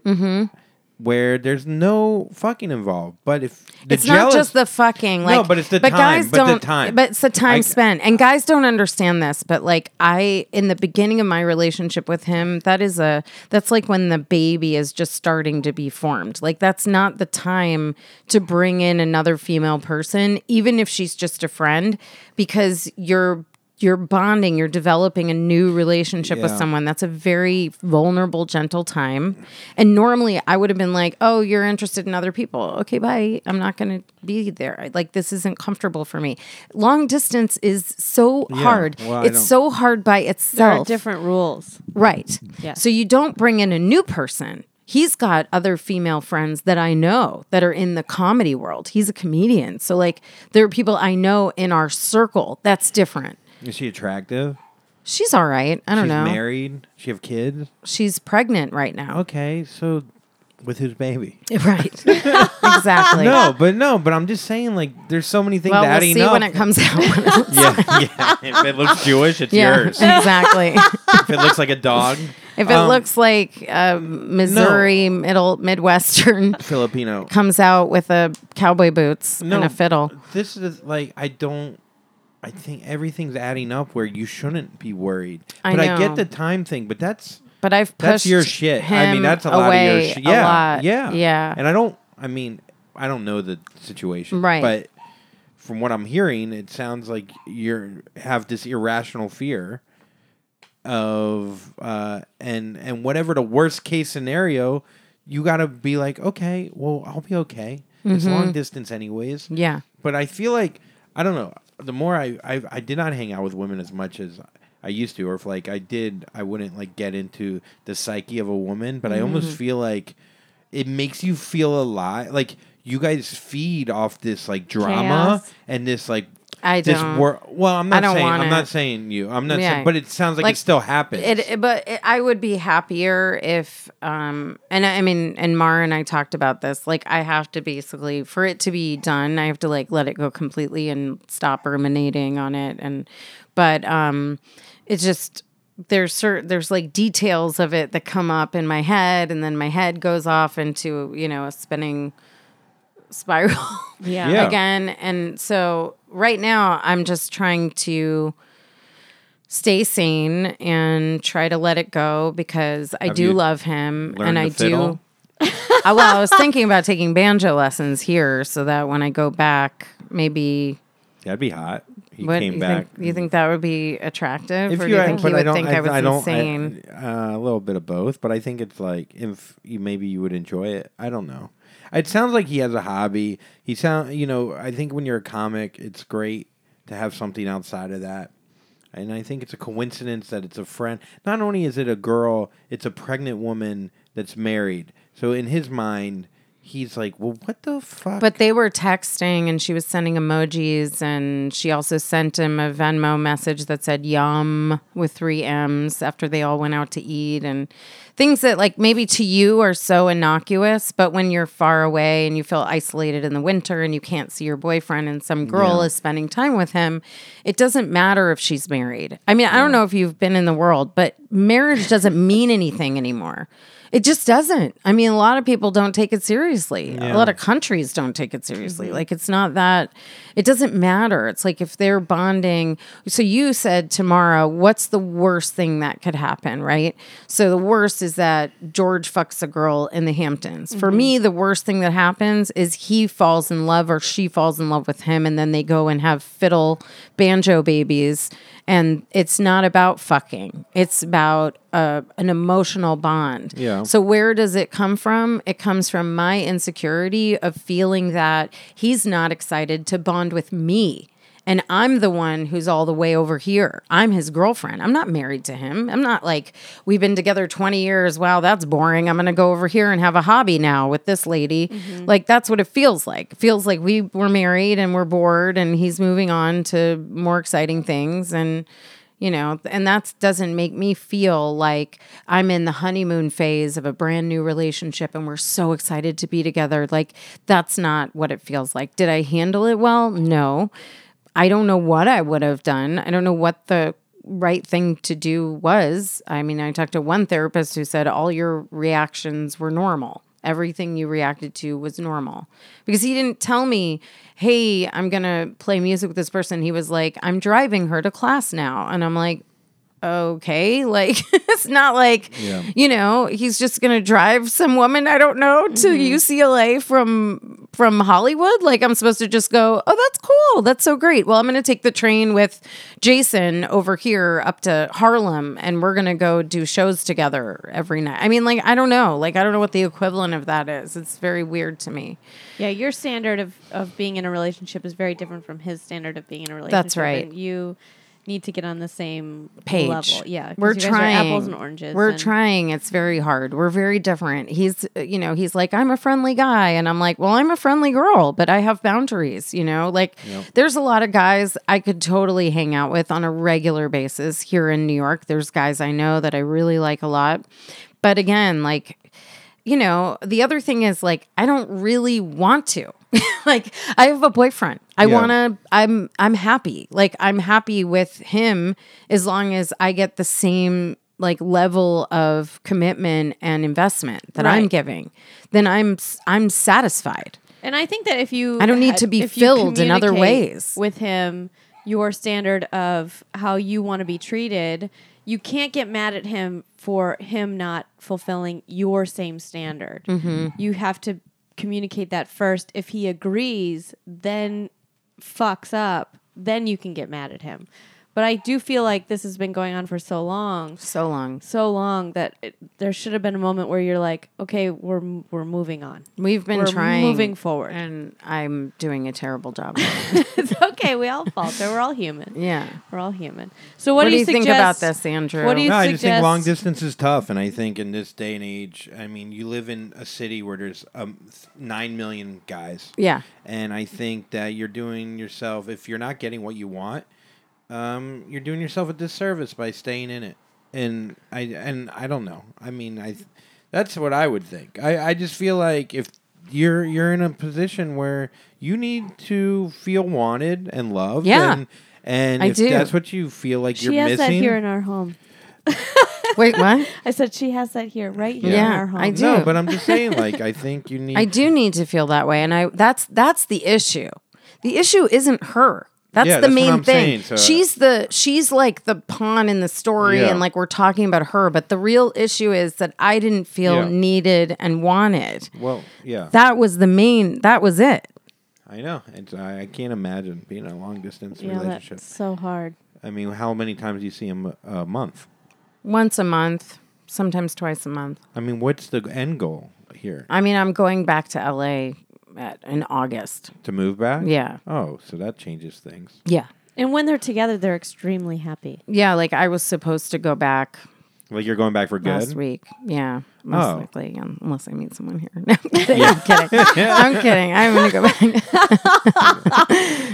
Speaker 1: Where there's no fucking involved, but if the
Speaker 3: it's
Speaker 1: jealous,
Speaker 3: not just the fucking like
Speaker 1: No, but it's the time,
Speaker 3: guys
Speaker 1: but the
Speaker 3: don't
Speaker 1: time.
Speaker 3: but it's the time
Speaker 1: I-
Speaker 3: spent and guys don't understand this but like i in the beginning of my relationship with him that is a that's like when the baby is just starting to be formed like that's not the time to bring in another female person even if she's just a friend because you're you're bonding, you're developing a new relationship with
Speaker 1: Yeah.
Speaker 3: someone. That's a very vulnerable, gentle time. And normally I would have been like, oh, you're interested in other people. Okay, bye. I'm not going to be there. I- Like, this isn't comfortable for me. Long distance is so hard.
Speaker 1: Well, I
Speaker 3: it's
Speaker 1: don't-
Speaker 3: so hard by
Speaker 2: There are
Speaker 3: itself.
Speaker 2: different rules.
Speaker 3: Right.
Speaker 2: Yeah.
Speaker 3: So you don't bring in a new person. He's got other female friends that I know that are in the comedy world. He's a comedian. So, like, there are people I know in our circle that's different.
Speaker 1: is she attractive?
Speaker 3: She's all right. I don't
Speaker 1: She's
Speaker 3: know.
Speaker 1: married. She have kids.
Speaker 3: She's pregnant right now.
Speaker 1: Okay, so with whose baby?
Speaker 3: Right. exactly.
Speaker 1: No, but no, but I'm just saying, like, there's so many things
Speaker 3: Well, we'll
Speaker 1: adding
Speaker 3: see
Speaker 1: up.
Speaker 3: when it comes out.
Speaker 1: yeah, yeah. If it looks Jewish, it's
Speaker 3: yeah,
Speaker 1: yours.
Speaker 3: exactly.
Speaker 1: If it looks like a dog,
Speaker 3: If it
Speaker 1: Um,
Speaker 3: looks like uh, Missouri middle Midwestern
Speaker 1: Filipino.
Speaker 3: comes out with a cowboy boots
Speaker 1: No,
Speaker 3: and a fiddle,
Speaker 1: This is like I don't. I think everything's adding up where you shouldn't be worried.
Speaker 3: I
Speaker 1: but I get
Speaker 3: know.
Speaker 1: the time thing, but that's
Speaker 3: But I've pushed
Speaker 1: that's your shit. I mean,
Speaker 3: him
Speaker 1: that's a lot of your
Speaker 3: away
Speaker 1: shit.
Speaker 3: a
Speaker 1: Yeah,
Speaker 3: lot.
Speaker 1: yeah,
Speaker 3: yeah.
Speaker 1: And I don't. I mean, I don't know the situation,
Speaker 3: Right.
Speaker 1: But from what I'm hearing, it sounds like you have this irrational fear of uh, and and whatever the worst case scenario, you got to be like, okay, well, I'll be okay. It's
Speaker 3: Mm-hmm.
Speaker 1: long distance, anyways.
Speaker 3: yeah,
Speaker 1: But I feel like I don't know. The more I, I I did not hang out with women as much as I used to, or if like I did, I wouldn't like get into the psyche of a woman. But I
Speaker 3: Mm-hmm.
Speaker 1: almost feel like it makes you feel alive. Like you guys feed off this like drama
Speaker 2: Chaos.
Speaker 1: and this like
Speaker 3: I
Speaker 1: this
Speaker 3: don't.
Speaker 1: wor- Well, I'm
Speaker 3: I
Speaker 1: not
Speaker 3: don't
Speaker 1: saying
Speaker 3: want
Speaker 1: I'm
Speaker 3: it.
Speaker 1: not saying you. I'm not
Speaker 3: Yeah.
Speaker 1: saying, but it sounds like,
Speaker 3: Like,
Speaker 1: it still happens.
Speaker 3: It, it- but it, I would be happier if, um, and I, I mean, and Mara and I talked about this. Like, I have to basically for it to be done, I have to like let it go completely and stop ruminating on it. And but um, it's just there's certain there's like details of it that come up in my head, and then my head goes off into you know a spinning spiral.
Speaker 2: Yeah.
Speaker 1: Yeah.
Speaker 3: again. And so right now, I'm just trying to stay sane and try to let it go because I do
Speaker 1: you
Speaker 3: love him
Speaker 1: learned
Speaker 3: and
Speaker 1: the
Speaker 3: I
Speaker 1: fiddle?
Speaker 3: do. I, well, I was thinking about taking banjo lessons here so that when I go back, maybe.
Speaker 1: That'd be hot. He
Speaker 3: What
Speaker 1: came
Speaker 3: you
Speaker 1: back.
Speaker 3: think? You think that would be attractive, or do you
Speaker 1: had-
Speaker 3: think he would think I was insane?
Speaker 1: I- uh, a little bit of both, but I think it's like if you, maybe you would enjoy it. I don't know. It sounds like he has a hobby. He sound you know. I think when you're a comic, it's great to have something outside of that. And I think it's a coincidence that it's a friend. Not only is it a girl, it's a pregnant woman that's married. So in his mind, he's like, "Well, what the fuck?"
Speaker 3: But they were texting and she was sending emojis and she also sent him a Venmo message that said yum with three M's after they all went out to eat and things that like maybe to you are so innocuous, but when you're far away and you feel isolated in the winter and you can't see your boyfriend and some girl is spending time with him, it doesn't matter if she's married. I mean, I don't know if you've been in the world, but marriage doesn't mean anything anymore. It just doesn't. I mean, a lot of people don't take it seriously. A lot of countries don't take it seriously. Like, it's not that, it doesn't matter. It's like if they're bonding. So, you said, Tamara, what's the worst thing that could happen, right? So, the worst is that George fucks a girl in the Hamptons. For me, the worst thing that happens is he falls in love or she falls in love with him, and then they go and have fiddle banjo babies. And it's not about fucking, it's about uh, an emotional bond.
Speaker 1: Yeah.
Speaker 3: So where does it come from? It comes from my insecurity of feeling that he's not excited to bond with me. And I'm the one who's all the way over here. I'm his girlfriend. I'm not married to him. I'm not like, we've been together 20 years. Wow, that's boring. I'm going to go over here and have a hobby now with this lady. Like, that's what it feels like. It feels like we were married and we're bored and he's moving on to more exciting things. And, you know and that doesn't make me feel like i'm in the honeymoon phase of a brand new relationship and we're so excited to be together like that's not what it feels like did i handle it well no i don't know what i would have done i don't know what the right thing to do was i mean i talked to one therapist who said all your reactions were normal everything you reacted to was normal because he didn't tell me hey i'm gonna play music with this person he was like i'm driving her to class now and i'm like okay like it's not like
Speaker 1: Yeah.
Speaker 3: you know he's just gonna drive some woman i don't know to ucla from from hollywood like i'm supposed to just go oh that's cool that's so great well i'm gonna take the train with jason over here up to harlem and we're gonna go do shows together every night i mean like i don't know like i don't know what the equivalent of that is it's very weird to me
Speaker 2: Yeah, your standard of, of being in a relationship is very different from his standard of being in a relationship.
Speaker 3: That's right.
Speaker 2: and you need to get on the same
Speaker 3: page.
Speaker 2: level. Yeah, 'cause
Speaker 3: we're
Speaker 2: you guys are
Speaker 3: trying
Speaker 2: apples and oranges.
Speaker 3: We're
Speaker 2: and-
Speaker 3: trying. It's very hard. We're very different. He's, uh, you know, he's like, I'm a friendly guy, and I'm like, well, I'm a friendly girl, but I have boundaries. You know, like there's a lot of guys I could totally hang out with on a regular basis here in New York. There's guys I know that I really like a lot, but again, like you know, the other thing is like I don't really want to. like I have a boyfriend. I
Speaker 1: Yeah.
Speaker 3: want to I'm I'm happy. Like I'm happy with him as long as I get the same like level of commitment and investment that I'm
Speaker 2: Right.
Speaker 3: giving. Then I'm s- I'm satisfied.
Speaker 2: And I think that if you,
Speaker 3: I don't need
Speaker 2: had-
Speaker 3: to be
Speaker 2: if you
Speaker 3: filled in other
Speaker 2: communicate
Speaker 3: ways.
Speaker 2: with him. Your standard of how you want to be treated, you can't get mad at him for him not fulfilling your same standard.
Speaker 3: Mm-hmm.
Speaker 2: You have to communicate that first. If he agrees, then fucks up, then you can get mad at him. But I do feel like this has been going on for so long
Speaker 3: So long.
Speaker 2: so long that it, there should have been a moment where you're like, okay, we're we're moving on.
Speaker 3: We've been
Speaker 2: We're
Speaker 3: trying
Speaker 2: moving forward.
Speaker 3: and I'm doing a terrible job.
Speaker 2: it's okay. We all falter. We're all human.
Speaker 3: yeah.
Speaker 2: We're all human. So what,
Speaker 3: What do you think about
Speaker 2: suggest-
Speaker 3: this, Andrew?
Speaker 2: What do you
Speaker 1: No, I just
Speaker 2: suggest?
Speaker 1: think long distance is tough, and I think in this day and age, I mean, you live in a city where there's um, th- nine million guys.
Speaker 3: Yeah.
Speaker 1: and I think that you're doing yourself if you're not getting what you want, um, you're doing yourself a disservice by staying in it. And I and I don't know. I mean, I th- that's what I would think. I, I just feel like if you're you're in a position where you need to feel wanted and loved.
Speaker 3: Yeah.
Speaker 1: and, and
Speaker 3: I
Speaker 1: if
Speaker 3: do.
Speaker 1: that's what you feel like
Speaker 2: she
Speaker 1: you're
Speaker 2: has that
Speaker 1: missing.
Speaker 2: here in our home.
Speaker 3: Wait, what?
Speaker 2: I said she has that here, right here in
Speaker 3: Yeah,
Speaker 2: our home.
Speaker 3: I do.
Speaker 1: no, but I'm just saying. Like, I think you need.
Speaker 3: I do need to feel that way, and I that's that's the issue. The issue isn't her. That's
Speaker 1: Yeah,
Speaker 3: the
Speaker 1: that's what
Speaker 3: main
Speaker 1: I'm saying,
Speaker 3: thing.
Speaker 1: so- uh,
Speaker 3: she's the she's like the pawn in the story,
Speaker 1: Yeah.
Speaker 3: and like we're talking about her. But the real issue is that I didn't feel
Speaker 1: Yeah.
Speaker 3: needed and wanted.
Speaker 1: Well, yeah,
Speaker 3: That was the main. That was it.
Speaker 1: I know. It's, I, I can't imagine being in a long distance
Speaker 2: yeah,
Speaker 1: relationship.
Speaker 2: that's so hard.
Speaker 1: I mean, how many times do you see him a a month?
Speaker 3: Once a month, sometimes twice a month.
Speaker 1: I mean, what's the end goal here?
Speaker 3: I mean, I'm going back to LA at, in August.
Speaker 1: To move back?
Speaker 3: Yeah.
Speaker 1: Oh, so that changes things.
Speaker 3: Yeah,
Speaker 2: And when they're together, they're extremely happy.
Speaker 3: yeah. Like I was supposed to go back
Speaker 1: Like you're going back for
Speaker 3: last
Speaker 1: good?
Speaker 3: week. Yeah, most
Speaker 1: Oh.
Speaker 3: likely, um, unless I meet someone here. No, I'm kidding. I'm kidding. I'm kidding. I'm gonna go back.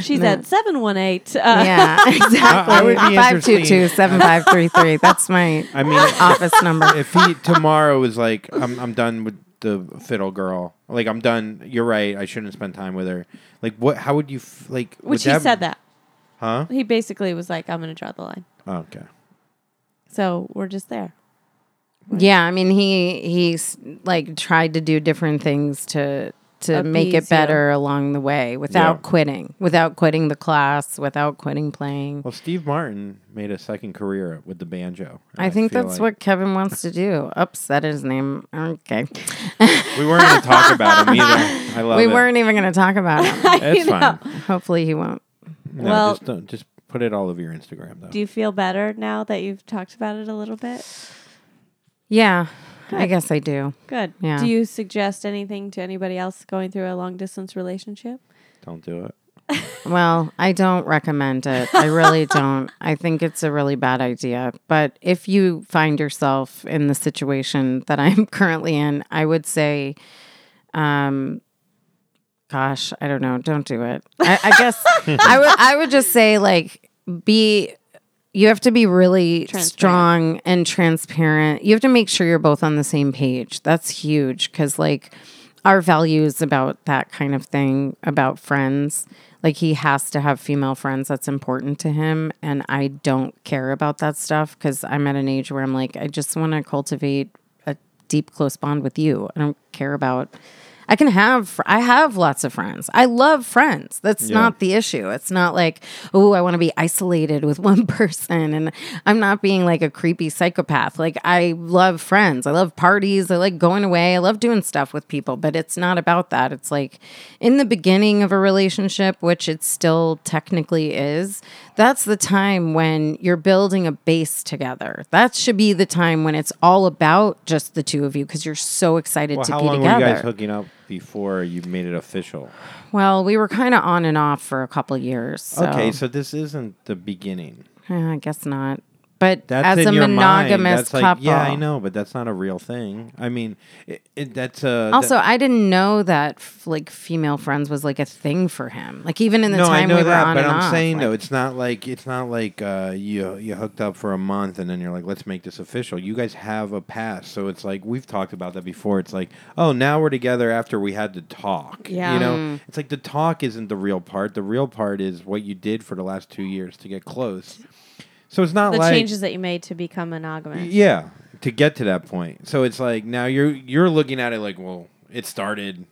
Speaker 2: She's at seven one eight. uh,
Speaker 3: yeah,
Speaker 1: I- I would be
Speaker 3: exactly. Five two two seven five three three. That's my
Speaker 1: I mean,
Speaker 3: office number.
Speaker 1: if he tomorrow is like, I'm, I'm done with the fiddle girl. Like, I'm done. You're right. I shouldn't spend time with her. Like, what? How would you, f- like, would
Speaker 2: Which he said that
Speaker 1: Huh?
Speaker 2: he basically was like, "I'm going to draw the line."
Speaker 1: Oh, okay.
Speaker 2: So we're just there.
Speaker 3: Yeah, I mean he he's like tried to do different things to to make
Speaker 2: Appease
Speaker 3: it
Speaker 2: you.
Speaker 3: better along the way without
Speaker 1: Yeah.
Speaker 3: quitting, without quitting the class, without quitting playing.
Speaker 1: Well, Steve Martin made a second career with the banjo. and
Speaker 3: I think
Speaker 1: feel
Speaker 3: that's
Speaker 1: like-
Speaker 3: what Kevin wants to do. Upset his name. Okay.
Speaker 1: we weren't going to talk about him either. I love
Speaker 3: we
Speaker 1: it.
Speaker 3: weren't even going to talk about him.
Speaker 1: It's fine.
Speaker 3: Hopefully he won't.
Speaker 1: No,
Speaker 2: Well-
Speaker 1: just, don't, just put it all over your Instagram, though.
Speaker 2: Do you feel better now that you've talked about it a little bit?
Speaker 3: Yeah, I guess I do.
Speaker 2: Good.
Speaker 3: Yeah.
Speaker 2: Do you suggest anything to anybody else going through a long distance relationship?
Speaker 1: Don't do it.
Speaker 3: Well, I don't recommend it. I really don't. I think it's a really bad idea. But if you find yourself in the situation that I'm currently in, I would say, um, gosh, I don't know, don't do it. I, I guess I would. I would just say like be. You have to be really strong and transparent. You have to make sure you're both on the same page. That's huge because like our values about that kind of thing about friends like he has to have female friends that's important to him and i don't care about that stuff because i'm at an age where i'm like i just want to cultivate a deep close bond with you i don't care about i can have fr- i have lots of friends i love friends that's not the issue it's not like oh i want to be isolated with one person and i'm not being like a creepy psychopath like i love friends i love parties i like going away i love doing stuff with people but it's not about that it's like in the beginning of a relationship which it still technically is that's the time when you're building a base together that should be the time when it's all about just the two of you because you're so excited
Speaker 1: Well,
Speaker 3: to
Speaker 1: how
Speaker 3: be
Speaker 1: long
Speaker 3: together
Speaker 1: were you guys hooking up before you made it official?
Speaker 3: well, we were kind of on and off for a couple years. So,
Speaker 1: Okay, so this isn't the beginning.
Speaker 3: Eh, I guess not. But
Speaker 1: That's
Speaker 3: as
Speaker 1: in
Speaker 3: a
Speaker 1: your mind.
Speaker 3: monogamous
Speaker 1: That's like,
Speaker 3: couple,
Speaker 1: yeah, I know, but that's not a real thing. I mean, it, it, that's a
Speaker 3: Also, I didn't know that f- like female friends was like a thing for him. Like even in the
Speaker 1: no, I
Speaker 3: time
Speaker 1: know
Speaker 3: we were
Speaker 1: that,
Speaker 3: on
Speaker 1: but
Speaker 3: and
Speaker 1: I'm
Speaker 3: off,
Speaker 1: saying
Speaker 3: like-
Speaker 1: though, it's not like it's not like uh, you you hooked up for a month and then you're like, let's make this official. You guys have a past, so it's like we've talked about that before. It's like, oh, now we're together after we had to talk.
Speaker 2: Yeah.
Speaker 1: you know,
Speaker 3: Mm.
Speaker 1: it's like the talk isn't the real part. The real part is what you did for the last two years to get close. So it's not
Speaker 2: The
Speaker 1: like
Speaker 2: changes that you made to become monogamous.
Speaker 1: yeah to get to that point. So it's like now you're you're looking at it like, well, it started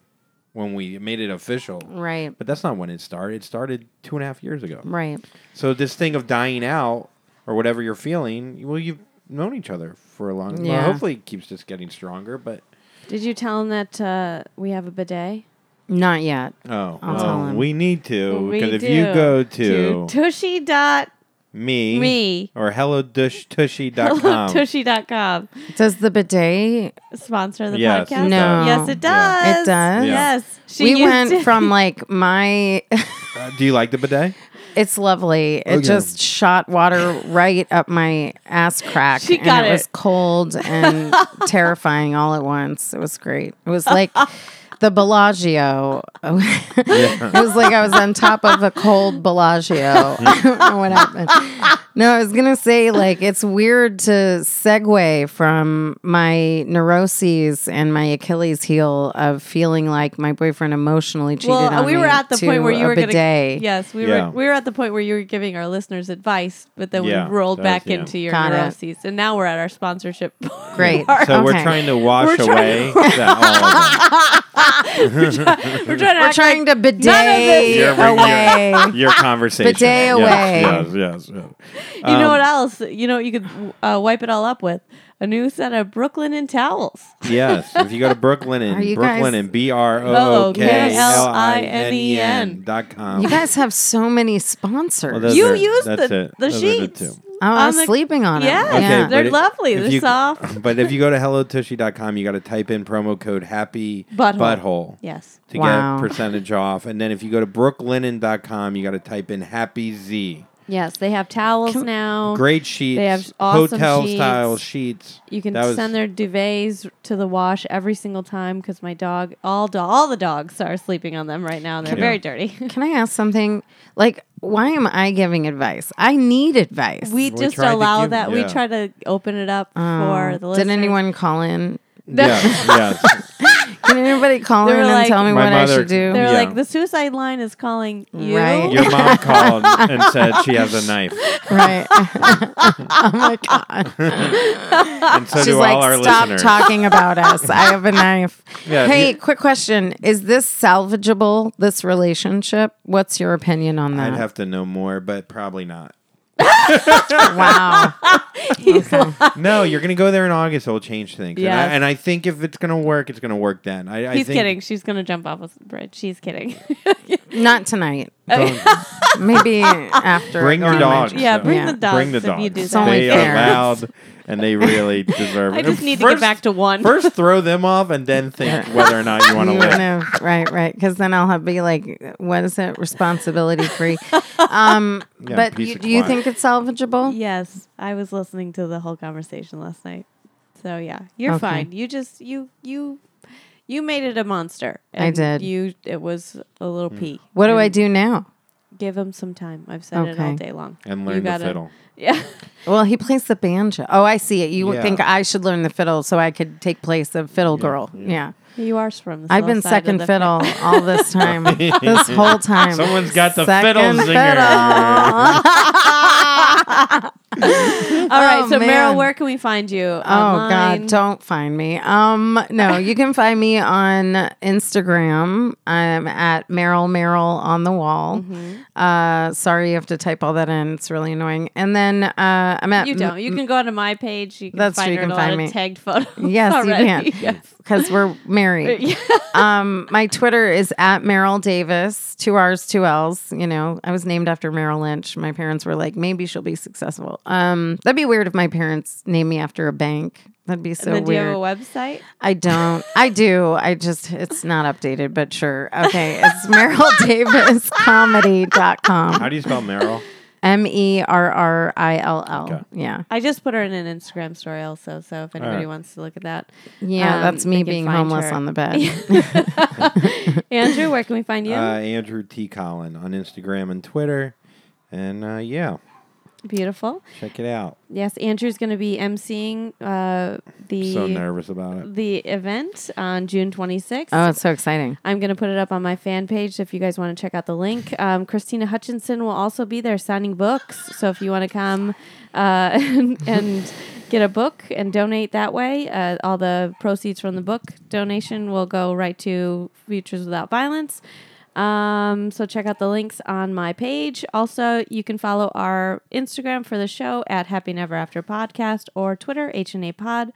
Speaker 1: when we made it official.
Speaker 3: right,
Speaker 1: But that's not when it started. It started two and a half years ago.
Speaker 3: right.
Speaker 1: So this thing of dying out or whatever you're feeling, well, you've known each other for a long.
Speaker 3: Yeah.
Speaker 1: Well, hopefully, it keeps just getting stronger. But
Speaker 2: Did you tell him that uh, we have a bidet?
Speaker 3: Not yet.
Speaker 1: oh,
Speaker 3: I'll tell
Speaker 1: well,
Speaker 3: him.
Speaker 1: we need to
Speaker 2: We
Speaker 1: because if you
Speaker 2: do.
Speaker 1: go to,
Speaker 2: tushy dot
Speaker 1: me,
Speaker 2: me.
Speaker 1: or hello dush tushy.com,
Speaker 2: tushy.com
Speaker 3: Does the bidet?
Speaker 2: sponsor the
Speaker 1: Yes, it
Speaker 2: podcast?
Speaker 3: No.
Speaker 2: Yes, it
Speaker 1: Yeah.
Speaker 2: does.
Speaker 3: It
Speaker 1: Yeah.
Speaker 3: does?
Speaker 2: Yes. She
Speaker 3: we
Speaker 2: used
Speaker 3: went
Speaker 2: it.
Speaker 3: from like my.
Speaker 1: Uh, do you like the bidet?
Speaker 3: it's lovely. It
Speaker 1: Okay.
Speaker 3: just shot water right up my ass crack.
Speaker 2: She
Speaker 3: and
Speaker 2: got
Speaker 3: was
Speaker 2: it.
Speaker 3: cold and terrifying all at once. It was great. It was like the Bellagio. it was like I was on top of a cold Bellagio. I don't know what happened. No, I was gonna say like it's weird to segue from my neuroses and my Achilles heel of feeling like my boyfriend emotionally cheated
Speaker 2: well,
Speaker 3: on
Speaker 2: we were
Speaker 3: me
Speaker 2: at the point
Speaker 3: to
Speaker 2: where you
Speaker 3: a
Speaker 2: were going
Speaker 3: bidet.
Speaker 2: to. Yes, we
Speaker 1: Yeah.
Speaker 2: were. We were at the point where you were giving our listeners advice, but then
Speaker 1: Yeah,
Speaker 2: we rolled
Speaker 1: that was-
Speaker 2: back
Speaker 1: yeah.
Speaker 2: into your
Speaker 3: Got it.
Speaker 2: neuroses, and now we're at our sponsorship.
Speaker 3: Great.
Speaker 2: part.
Speaker 1: So we're
Speaker 3: Okay.
Speaker 1: trying to wash
Speaker 2: We're
Speaker 1: away that,
Speaker 2: we're trying to.
Speaker 3: We're
Speaker 2: act like-
Speaker 3: trying to bidet
Speaker 2: this-
Speaker 1: Yeah, we're-
Speaker 3: away.
Speaker 1: all of your conversation.
Speaker 3: Bidet away.
Speaker 1: Yes, yes, yes. yes.
Speaker 2: you know what else? You know what you could uh, wipe it all up with a new set of Brooklyn and towels.
Speaker 1: Yes. If you go to Brooklyn
Speaker 3: Are you
Speaker 1: and Brooklyn
Speaker 3: guys-
Speaker 1: and B R O O K L I N E
Speaker 2: O-K-L-I-N-E-N.
Speaker 1: N dot com.
Speaker 3: you guys have so many sponsors.
Speaker 1: Well, those
Speaker 2: you
Speaker 1: are-
Speaker 2: used
Speaker 1: that's
Speaker 2: the,
Speaker 1: it.
Speaker 2: the
Speaker 1: Those are the
Speaker 2: sheets.
Speaker 1: two.
Speaker 3: oh, I was
Speaker 2: on the-
Speaker 3: sleeping on them.
Speaker 2: Yeah. Okay,
Speaker 3: yeah.
Speaker 2: They're
Speaker 1: but
Speaker 2: lovely.
Speaker 1: if
Speaker 2: They're
Speaker 1: you-
Speaker 2: soft.
Speaker 1: But if you go to hellotushy.com, you got to type in promo code happy
Speaker 2: Butthole. Yes.
Speaker 1: to
Speaker 3: Wow.
Speaker 1: get percentage off. And then if you go to brooklinen.com, you got to type in happy Z.
Speaker 2: Yes, they have towels now.
Speaker 1: Great sheets.
Speaker 2: have awesome
Speaker 1: hotel
Speaker 2: sheets.
Speaker 1: style sheets.
Speaker 2: You can
Speaker 1: That was-
Speaker 2: send their duvets to the wash every single time because my dog, all do- all the dogs are sleeping on them right now. and They're
Speaker 1: Yeah.
Speaker 2: very dirty.
Speaker 3: Can I ask something? Like, why am I giving advice? I need advice. Um,
Speaker 2: we
Speaker 1: We
Speaker 2: just
Speaker 1: tried to
Speaker 2: allow
Speaker 1: give-
Speaker 2: that.
Speaker 1: yeah.
Speaker 2: We try to open it up for the listeners.
Speaker 3: Did anyone call in?
Speaker 1: Yes, yes.
Speaker 3: Can anybody call
Speaker 2: They
Speaker 3: in
Speaker 2: were
Speaker 3: and
Speaker 2: like-
Speaker 3: tell me
Speaker 1: My
Speaker 3: what I
Speaker 1: mother-
Speaker 3: should do?
Speaker 1: Yeah.
Speaker 2: They're like, the suicide line is calling you.
Speaker 3: Right.
Speaker 1: Your mom called and said she has a knife.
Speaker 3: Right. oh my god.
Speaker 1: And so
Speaker 3: She's
Speaker 1: do
Speaker 3: like,
Speaker 1: all our
Speaker 3: stop
Speaker 1: listeners.
Speaker 3: talking about us. I have a knife.
Speaker 1: Yeah, if
Speaker 3: hey,
Speaker 1: you-
Speaker 3: quick question: Is this salvageable? This relationship? What's your opinion on that?
Speaker 1: I'd have to know more, but probably not.
Speaker 3: wow.
Speaker 2: He's like-
Speaker 1: No, you're gonna go there in August. It'll change things.
Speaker 2: Yes.
Speaker 1: And, I, and I think if it's gonna work, it's gonna work then. I, I
Speaker 2: He's
Speaker 1: think,
Speaker 2: kidding. She's gonna jump off of the bridge. She's kidding.
Speaker 3: Not tonight.
Speaker 1: Don't-
Speaker 3: Maybe after.
Speaker 1: Bring your
Speaker 3: elementary.
Speaker 1: dog.
Speaker 2: yeah, bring
Speaker 3: Yeah.
Speaker 2: the dogs.
Speaker 1: Bring the
Speaker 2: if you
Speaker 1: dogs.
Speaker 2: do
Speaker 1: They
Speaker 3: only
Speaker 2: that.
Speaker 3: fair.
Speaker 1: are loud and they really deserve
Speaker 2: I
Speaker 1: it.
Speaker 2: just need to get
Speaker 1: First-
Speaker 2: back to one.
Speaker 1: First, throw them off, and then think whether or not you want to
Speaker 3: You
Speaker 1: live.
Speaker 3: know, right, right. Because then I'll have be like, what is it? Responsibility free. Um,
Speaker 1: Yeah,
Speaker 3: but
Speaker 1: piece
Speaker 3: you,
Speaker 1: of
Speaker 3: do you
Speaker 1: twat.
Speaker 3: think it's salvageable?
Speaker 2: Yes, I was listening to the whole conversation last night. So yeah, you're
Speaker 3: Okay.
Speaker 2: fine. You just you you you made it a monster.
Speaker 3: I did.
Speaker 2: You it was a little
Speaker 1: Mm.
Speaker 2: pee.
Speaker 3: What do I
Speaker 2: And
Speaker 3: do now?
Speaker 2: Give him some time. I've said it all
Speaker 3: Okay.
Speaker 2: day long.
Speaker 1: And
Speaker 2: You
Speaker 1: learn the
Speaker 2: gotta-
Speaker 1: fiddle.
Speaker 2: Yeah.
Speaker 3: Well, he plays the banjo. Oh, I see it. You would
Speaker 1: Yeah.
Speaker 3: think I should learn the fiddle so I could take place of fiddle girl. Yeah.
Speaker 2: You are from the
Speaker 3: I've
Speaker 2: south
Speaker 3: been
Speaker 2: side of
Speaker 3: second
Speaker 2: the
Speaker 3: fiddle all this time. this whole time.
Speaker 1: Someone's got the
Speaker 3: Second
Speaker 1: fiddle
Speaker 3: fiddle.
Speaker 1: zinger.
Speaker 2: All right,
Speaker 3: Oh,
Speaker 2: so Meryl,
Speaker 3: man.
Speaker 2: where can we find you?
Speaker 3: Oh God!
Speaker 2: Online?
Speaker 3: Don't find me. Um, no, you can find me on Instagram. I'm at Meryl Meryl on the wall.
Speaker 2: Mm-hmm.
Speaker 3: Uh, sorry, you have to type all that in. It's really annoying. And then uh, I'm at
Speaker 2: You don't. You can go onto my page. You can
Speaker 3: That's true,
Speaker 2: find
Speaker 3: you
Speaker 2: her in
Speaker 3: can
Speaker 2: a lot
Speaker 3: find
Speaker 2: of
Speaker 3: me.
Speaker 2: tagged photos.
Speaker 3: Yes,
Speaker 2: already.
Speaker 3: you can.
Speaker 2: Yes.
Speaker 3: because we're married. um, my Twitter is at Meryl Davis, two R's, two L's. You know, I was named after Meryl Lynch. My parents were like, maybe she'll be successful. Um, that'd be weird if my parents named me after a bank. That'd be so
Speaker 2: and then do you
Speaker 3: weird.
Speaker 2: have a website?
Speaker 3: I don't. I do. I just, it's not updated, but sure. Okay. It's Meryl Davis
Speaker 1: How
Speaker 3: comedy.com.
Speaker 1: do you spell Meryl?
Speaker 3: M E R R I L L.
Speaker 1: Okay.
Speaker 3: Yeah.
Speaker 2: I just put her in an Instagram story also, so if anybody
Speaker 1: right.
Speaker 2: wants to look at that.
Speaker 3: Yeah.
Speaker 2: Um,
Speaker 3: Uh, that's
Speaker 2: they
Speaker 3: me
Speaker 2: can
Speaker 3: being
Speaker 2: find
Speaker 3: homeless
Speaker 2: her.
Speaker 3: on the bed.
Speaker 2: Andrew, where can we find you?
Speaker 1: Uh, Andrew T. Collin on Instagram and Twitter. And uh, yeah,
Speaker 2: Beautiful.
Speaker 1: check it out.
Speaker 2: Yes, Andrew's going to be emceeing uh, the
Speaker 1: So nervous about it.
Speaker 2: the event on June 26th.
Speaker 3: oh, it's so exciting.
Speaker 2: I'm going to put it up on my fan page if you guys want to check out the link. Um, Christina Hutchinson will also be there signing books. So if you want to come uh, and, and get a book and donate that way, uh, all the proceeds from the book donation will go right to Futures Without Violence. Um, so check out the links on my page. Also, you can follow our Instagram for the show at Happy Never After Podcast or Twitter, HNA Pod.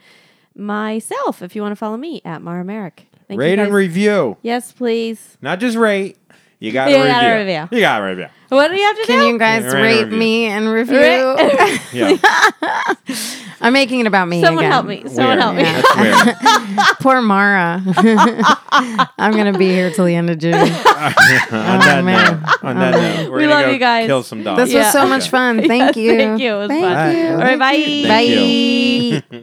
Speaker 2: Myself, if you want to follow me at Mara Merrick. Thank you
Speaker 1: Rate and
Speaker 2: guys.
Speaker 1: review.
Speaker 2: Yes, please.
Speaker 1: Not just rate. You got to
Speaker 2: You gotta
Speaker 1: review.
Speaker 2: review.
Speaker 1: You got to review.
Speaker 2: What do you have to
Speaker 3: Can
Speaker 2: do?
Speaker 3: you guys
Speaker 1: Yeah, rate
Speaker 3: rate
Speaker 1: and review.
Speaker 3: me and review?
Speaker 2: Right.
Speaker 1: Yeah.
Speaker 3: I'm making it about me.
Speaker 2: Someone
Speaker 3: again.
Speaker 2: help me. Someone
Speaker 1: Weird.
Speaker 2: help me.
Speaker 3: Yeah.
Speaker 1: That's weird.
Speaker 3: Poor Mara. I'm gonna be here till the end of June.
Speaker 1: on that
Speaker 3: Oh, man.
Speaker 1: note, on that note, we're
Speaker 2: Oh, We
Speaker 1: gonna
Speaker 2: love
Speaker 1: go
Speaker 2: you guys.
Speaker 1: Kill some dogs.
Speaker 3: This
Speaker 2: Yeah.
Speaker 3: was so much fun. Thank
Speaker 2: Yes,
Speaker 3: you.
Speaker 2: Thank you. It was
Speaker 3: Thank
Speaker 2: fun.
Speaker 1: you.
Speaker 2: All right, bye.
Speaker 1: Thank you.
Speaker 3: Bye.